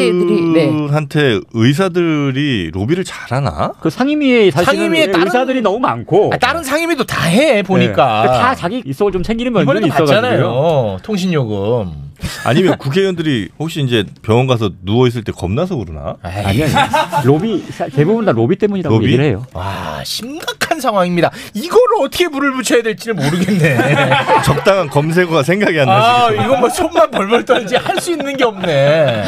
S3: 네.
S8: 국회의원들한테 의사들이 로비를 잘하나?
S3: 그 상임위에 아,
S4: 사실은 상임위에 의- 다른- 의사들이
S3: 너무 많고
S4: 아,
S3: 네.
S4: 다른 상임위도 다 해 보니까
S3: 그러니까 다 자기 이속을 좀 챙기는
S4: 이번에도
S3: 면들이
S4: 봤잖아요.
S3: 있어가지고요.
S4: 통신 요금.
S8: 아니면 국회의원들이 혹시 이제 병원 가서 누워 있을 때 겁나서 그러나?
S4: 아니
S3: 로비 대부분 다 로비 때문이라고
S8: 로비?
S3: 얘기를 해요.
S4: 와 심각한 상황입니다. 이거를 어떻게 불을 붙여야 될지를 모르겠네.
S8: 적당한 검색어가 생각이 안 나지.
S4: 아, 이거 뭐 손만 벌벌 떨지 할 수 있는 게 없네.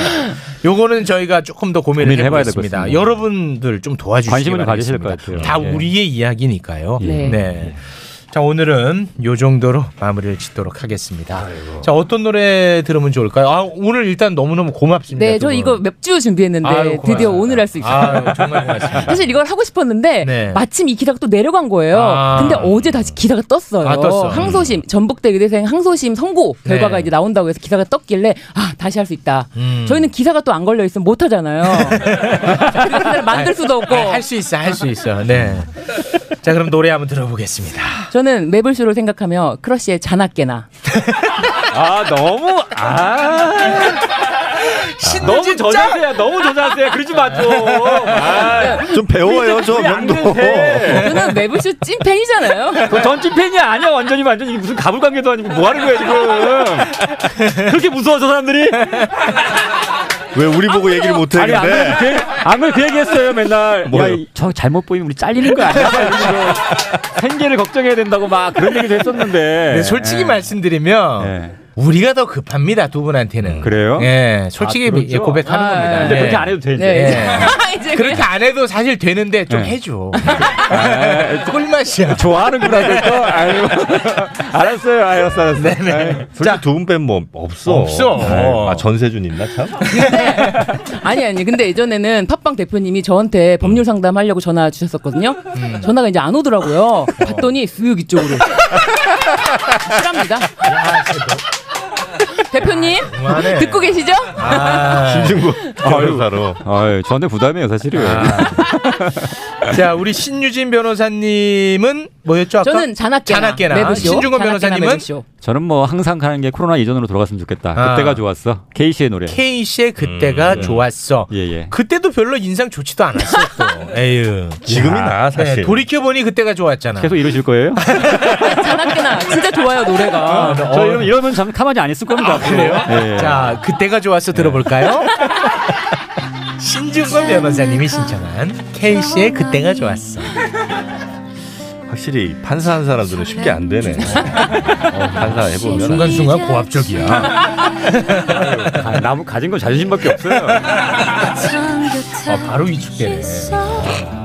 S4: 요거는 저희가 조금 더 고민을,
S3: 고민을 해봐야
S4: 해보겠습니다.
S3: 되겠습니다.
S4: 여러분들 좀 도와주시기
S3: 관심을 가지실
S4: 바라겠습니다.
S3: 것 같아요.
S4: 다
S3: 예.
S4: 우리의 이야기니까요.
S3: 예.
S4: 네. 자 오늘은 요 정도로 마무리를 짓도록 하겠습니다. 자 어떤 노래 들으면 좋을까요? 아 오늘 일단 너무너무 고맙습니다.
S1: 네,
S4: 두
S1: 저
S4: 분.
S1: 이거 몇 주 준비했는데
S4: 아. 아유, 고맙습니다.
S1: 드디어 오늘 할 수 있어요.
S4: 아유, 정말 고맙습니다.
S1: 사실 이걸 하고 싶었는데
S4: 네.
S1: 마침 이 기사가 또 내려간 거예요.
S4: 아.
S1: 근데 어제 다시 기사가 떴어요.
S4: 아, 떴어.
S1: 항소심 전북대 의대생 항소심 선고
S4: 네.
S1: 결과가 이제 나온다고 해서 기사가 떴길래 아 다시 할 수 있다.
S4: 음.
S1: 저희는 기사가 또 안 걸려 있으면 못 하잖아요. 만들 수도 없고.
S4: 아, 할 수 있어, 할 수 있어. 네. 자 그럼 노래 한번 들어보겠습니다.
S1: 저는 매블쇼를 생각하며 크러쉬의 자나깨나
S3: 아 너무 아 너무 저자세야 너무 저자세야 그러지 아. 마좀좀
S8: 배워요, 저 명도.
S1: 저는 매블쇼 찐팬이잖아요.
S3: 던진팬이 그 아니야 완전히 완전 이게 무슨 가불관계도 아니고 뭐 하는 거야 지금 그렇게 무서워 저 사람들이
S8: 왜 우리 보고 얘기를 못 해?
S3: 아니 안 그래도
S8: 근데
S3: 그, 안 그래도 그 얘기했어요 맨날
S8: 네, 뭐요?
S3: 야, 이- 저 잘못 보이면 우리 잘리는 거 아니야 이러면서 생계를 걱정해야 된다고 막 그런 얘기도 했었는데
S4: 네, 솔직히
S3: 예.
S4: 말씀드리면 우리가 더 급합니다 두 분한테는.
S3: 네. 그래요?
S4: 예, 솔직히
S3: 아, 그렇죠?
S4: 예, 고백하는
S3: 아,
S4: 겁니다.
S3: 근데
S4: 예.
S3: 그렇게 안 해도 돼, 이제.
S1: 네.
S4: 예. 그렇게 안 해도 사실 되는데 좀
S3: 예.
S4: 해줘.
S3: 아,
S4: 꿀맛이야.
S3: 좋아하는구나 그거. 아유. 알았어요, 알았어, 알았어.
S4: 네네.
S8: 솔직히 두분 뺀 뭐 없어.
S4: 없어. 네.
S8: 아유, 아 전세준 있나 참?
S1: 아니 아니 근데 예전에는 팟빵 대표님이 저한테
S4: 음.
S1: 법률 상담하려고 전화 주셨었거든요. 전화가 이제 안
S4: 어.
S1: 오더라고요. 봤더니 수육 이쪽으로. 실합니다. 대표님
S4: 아,
S3: 너무하네.
S1: 듣고 계시죠?
S8: 신중국
S3: 변호사로. 아유, 저한테 부담이에요, 사실은.
S4: 자, 우리 신유진 변호사님은 뭐였죠? 아까?
S1: 저는 자나깨나.
S4: 자나깨나.
S1: 매부쇼.
S4: 신중권
S1: 자나깨나
S4: 변호사님은
S1: 매부쇼.
S3: 저는 뭐 항상 가는 게 코로나 이전으로 돌아갔으면 좋겠다.
S4: 아.
S3: 그때가 좋았어. K 씨의 노래.
S4: K 씨의 그때가 좋았어.
S3: 예, 예.
S4: 그때도 별로 인상 좋지도 않았어. 또. 에휴. 네,
S3: 지금이 나아, 사실.
S4: 돌이켜 보니 그때가 좋았잖아.
S3: 계속 이러실 거예요?
S1: 자나깨나 진짜 좋아요 노래가.
S3: 저 이러면 이러면 참 가만히 안 있을 겁니다. 예,
S4: 그래요? 자, 그때가 좋았어 들어볼까요?
S3: 예.
S4: 신중권 변호사님이 신청한 K 씨의 그때가 좋았어.
S8: 확실히 판사한 사람들은 쉽게 안 되네. 어, 판사 해보면
S4: 순간순간 고압적이야.
S3: 아, 나무 가진 건 자존심밖에 없어요.
S8: 어,
S4: 바로 위축되네. 아.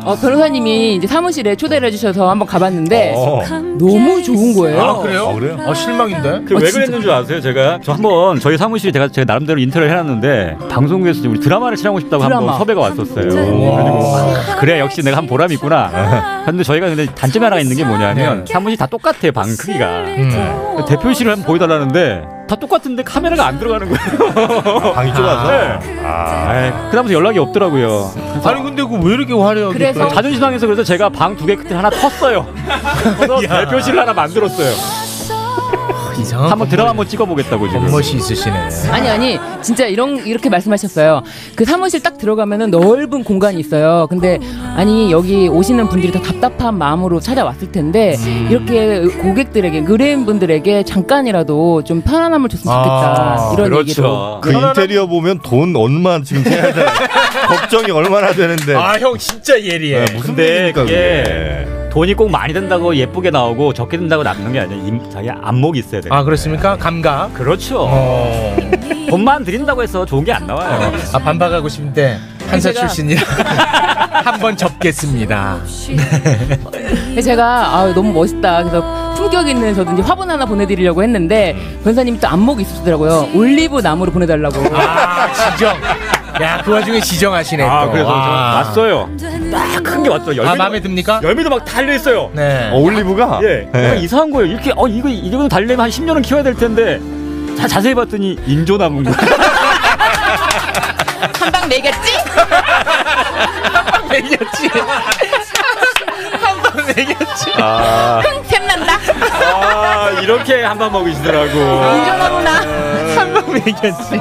S1: 어, 변호사님이 이제 사무실에 초대를 해주셔서 한번 가봤는데
S3: 어.
S1: 너무 좋은 거예요.
S3: 아, 그래요? 아, 그래요?
S4: 아, 실망인데?
S3: 그 왜 그랬는 줄 아세요? 제가 저 한번 저희 사무실이 제가 제가 나름대로 인터뷰를 해놨는데 방송국에서 지금 우리 드라마를 촬영하고 싶다고
S4: 드라마.
S3: 한번 섭외가 왔었어요. 그래가지고 아, 그래 역시 내가 한 보람이
S1: 아,
S3: 있구나. 근데 저희가 근데 단점이 하나 있는 게 뭐냐면
S1: 네.
S3: 사무실 다 똑같아요 방 크기가.
S1: 음.
S3: 대표실을 한번 보여달라는데 다 똑같은데 카메라가 안 들어가는 거예요. 네.
S8: 방이 좁아서?
S3: 그다음부터 연락이 없더라고요.
S4: 아니 근데 그 왜 이렇게 화려하게?
S3: 그래서
S8: 뭐
S4: 또-
S3: 자존심 상해서 그래서 제가 방 두 개 끝에 하나 텄어요. 그래서 대표실을 하나 만들었어요.
S8: 어,
S3: 한번 드라마 한번 찍어보겠다고 지금.
S4: 멋이 있으시네.
S1: 아니 아니 진짜 이런 이렇게 말씀하셨어요. 그 사무실 딱 들어가면은 넓은 공간이 있어요. 근데 아니 여기 오시는 분들이 다 답답한 마음으로 찾아왔을 텐데 이렇게 고객들에게 의뢰인분들에게 잠깐이라도 좀 편안함을 줬으면 좋겠다 이런
S3: 그렇죠.
S1: 얘기로.
S8: 그 인테리어 보면 돈 얼마 지금 해야 돼. 걱정이 얼마나 되는데.
S4: 아 형 진짜 예리해.
S3: 네, 근데 그게 돈이 꼭 많이 든다고 예쁘게 나오고 적게 든다고 남는 게 아니라 임- 자기 안목이 있어야 돼요.
S4: 아 어. 그렇습니까? 감각.
S3: 그렇죠. 돈만 드린다고 해서 좋은 게 안 나와요.
S4: 아 반박하고 싶은데 판사
S3: 제가-
S4: 출신이라 한번 접겠습니다.
S1: 근데 제가 아, 너무 멋있다. 그래서 품격 있는 저도 이제 화분 하나 보내드리려고 했는데 변사님이 또 안목이 있으시더라고요. 올리브 나무로 보내달라고.
S4: 아, 지정. 야, 그 와중에 지정하시네.
S3: 아
S4: 또.
S3: 그래서
S4: 와.
S3: 저는 왔어요. 딱 큰 게 왔어요. 열매도,
S4: 아, 마음에 듭니까?
S3: 열매도 막 달려 있어요.
S4: 네.
S8: 어, 올리브가?
S3: 예.
S8: 네.
S3: 약간 이상한 거예요. 이렇게 어 이거 이 정도 달려면 한 10년은 키워야 될 텐데 자, 자세히 봤더니 인조 나무인 거예요.
S2: 한방 매겼지? 한방
S4: 매겼지? 한방 매겼지?
S3: 아.
S2: 샘난다
S3: 아 이렇게 한 번 먹으시더라고.
S2: 인정하구나
S4: 한방 매겼지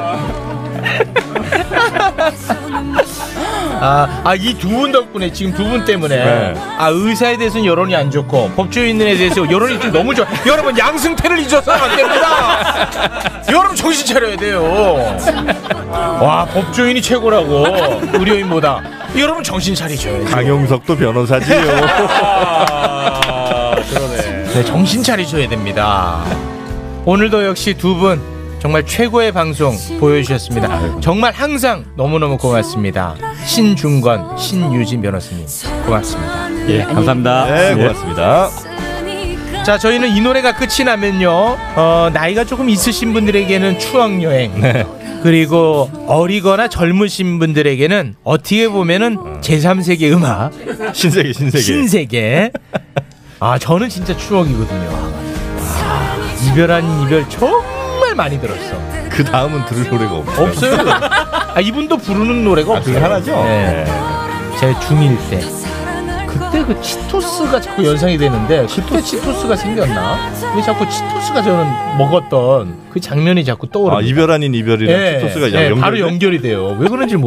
S4: 아, 아 이 두 분 덕분에 지금 두 분 때문에
S2: 네.
S4: 아 의사에 대해서는 여론이 안 좋고 법조인들에 대해서 여론이 좀 너무 좋아. 여러분 양승태를 잊어서는 안 됩니다. 여러분 정신 차려야 돼요. 와 법조인이 최고라고 의료인보다. 여러분 정신 차리죠.
S8: 강용석도 변호사지요. 네,
S4: 아, 그러네. 네, 정신 차리셔야 됩니다. 오늘도 역시 두 분 정말 최고의 방송 보여주셨습니다. 정말 항상 너무너무 고맙습니다. 신중건, 신유진 변호사님 고맙습니다.
S3: 예, 감사합니다.
S8: 네, 고맙습니다.
S4: 자, 저희는 이 노래가 끝이 나면요. 어, 나이가 조금 있으신 분들에게는 추억여행.
S8: 네.
S4: 그리고 어리거나 젊으신 분들에게는 어떻게 보면은 제3세계 음악.
S8: 신세계, 신세계.
S4: 신세계. 아, 저는 진짜 추억이거든요. 아, 이별 아닌 이별 정말 많이 들었어.
S8: 그 다음은 들을 노래가 없어요.
S4: 없어요. 아, 이분도 부르는 노래가
S8: 아,
S4: 없어요.
S8: 둘 하나죠?
S4: 네. 제 중1 때. 그때 그 치토스가 자꾸 연상이 되는데 그때 치토스가 생겼나? 왜 자꾸 치토스가 저는 먹었던 그 장면이 자꾸 떠오르.
S8: 아, 이별 아닌 이별이랑 치토스가
S4: 예. 네, 바로
S8: 연결돼?
S4: 연결이 돼요. 왜 그런지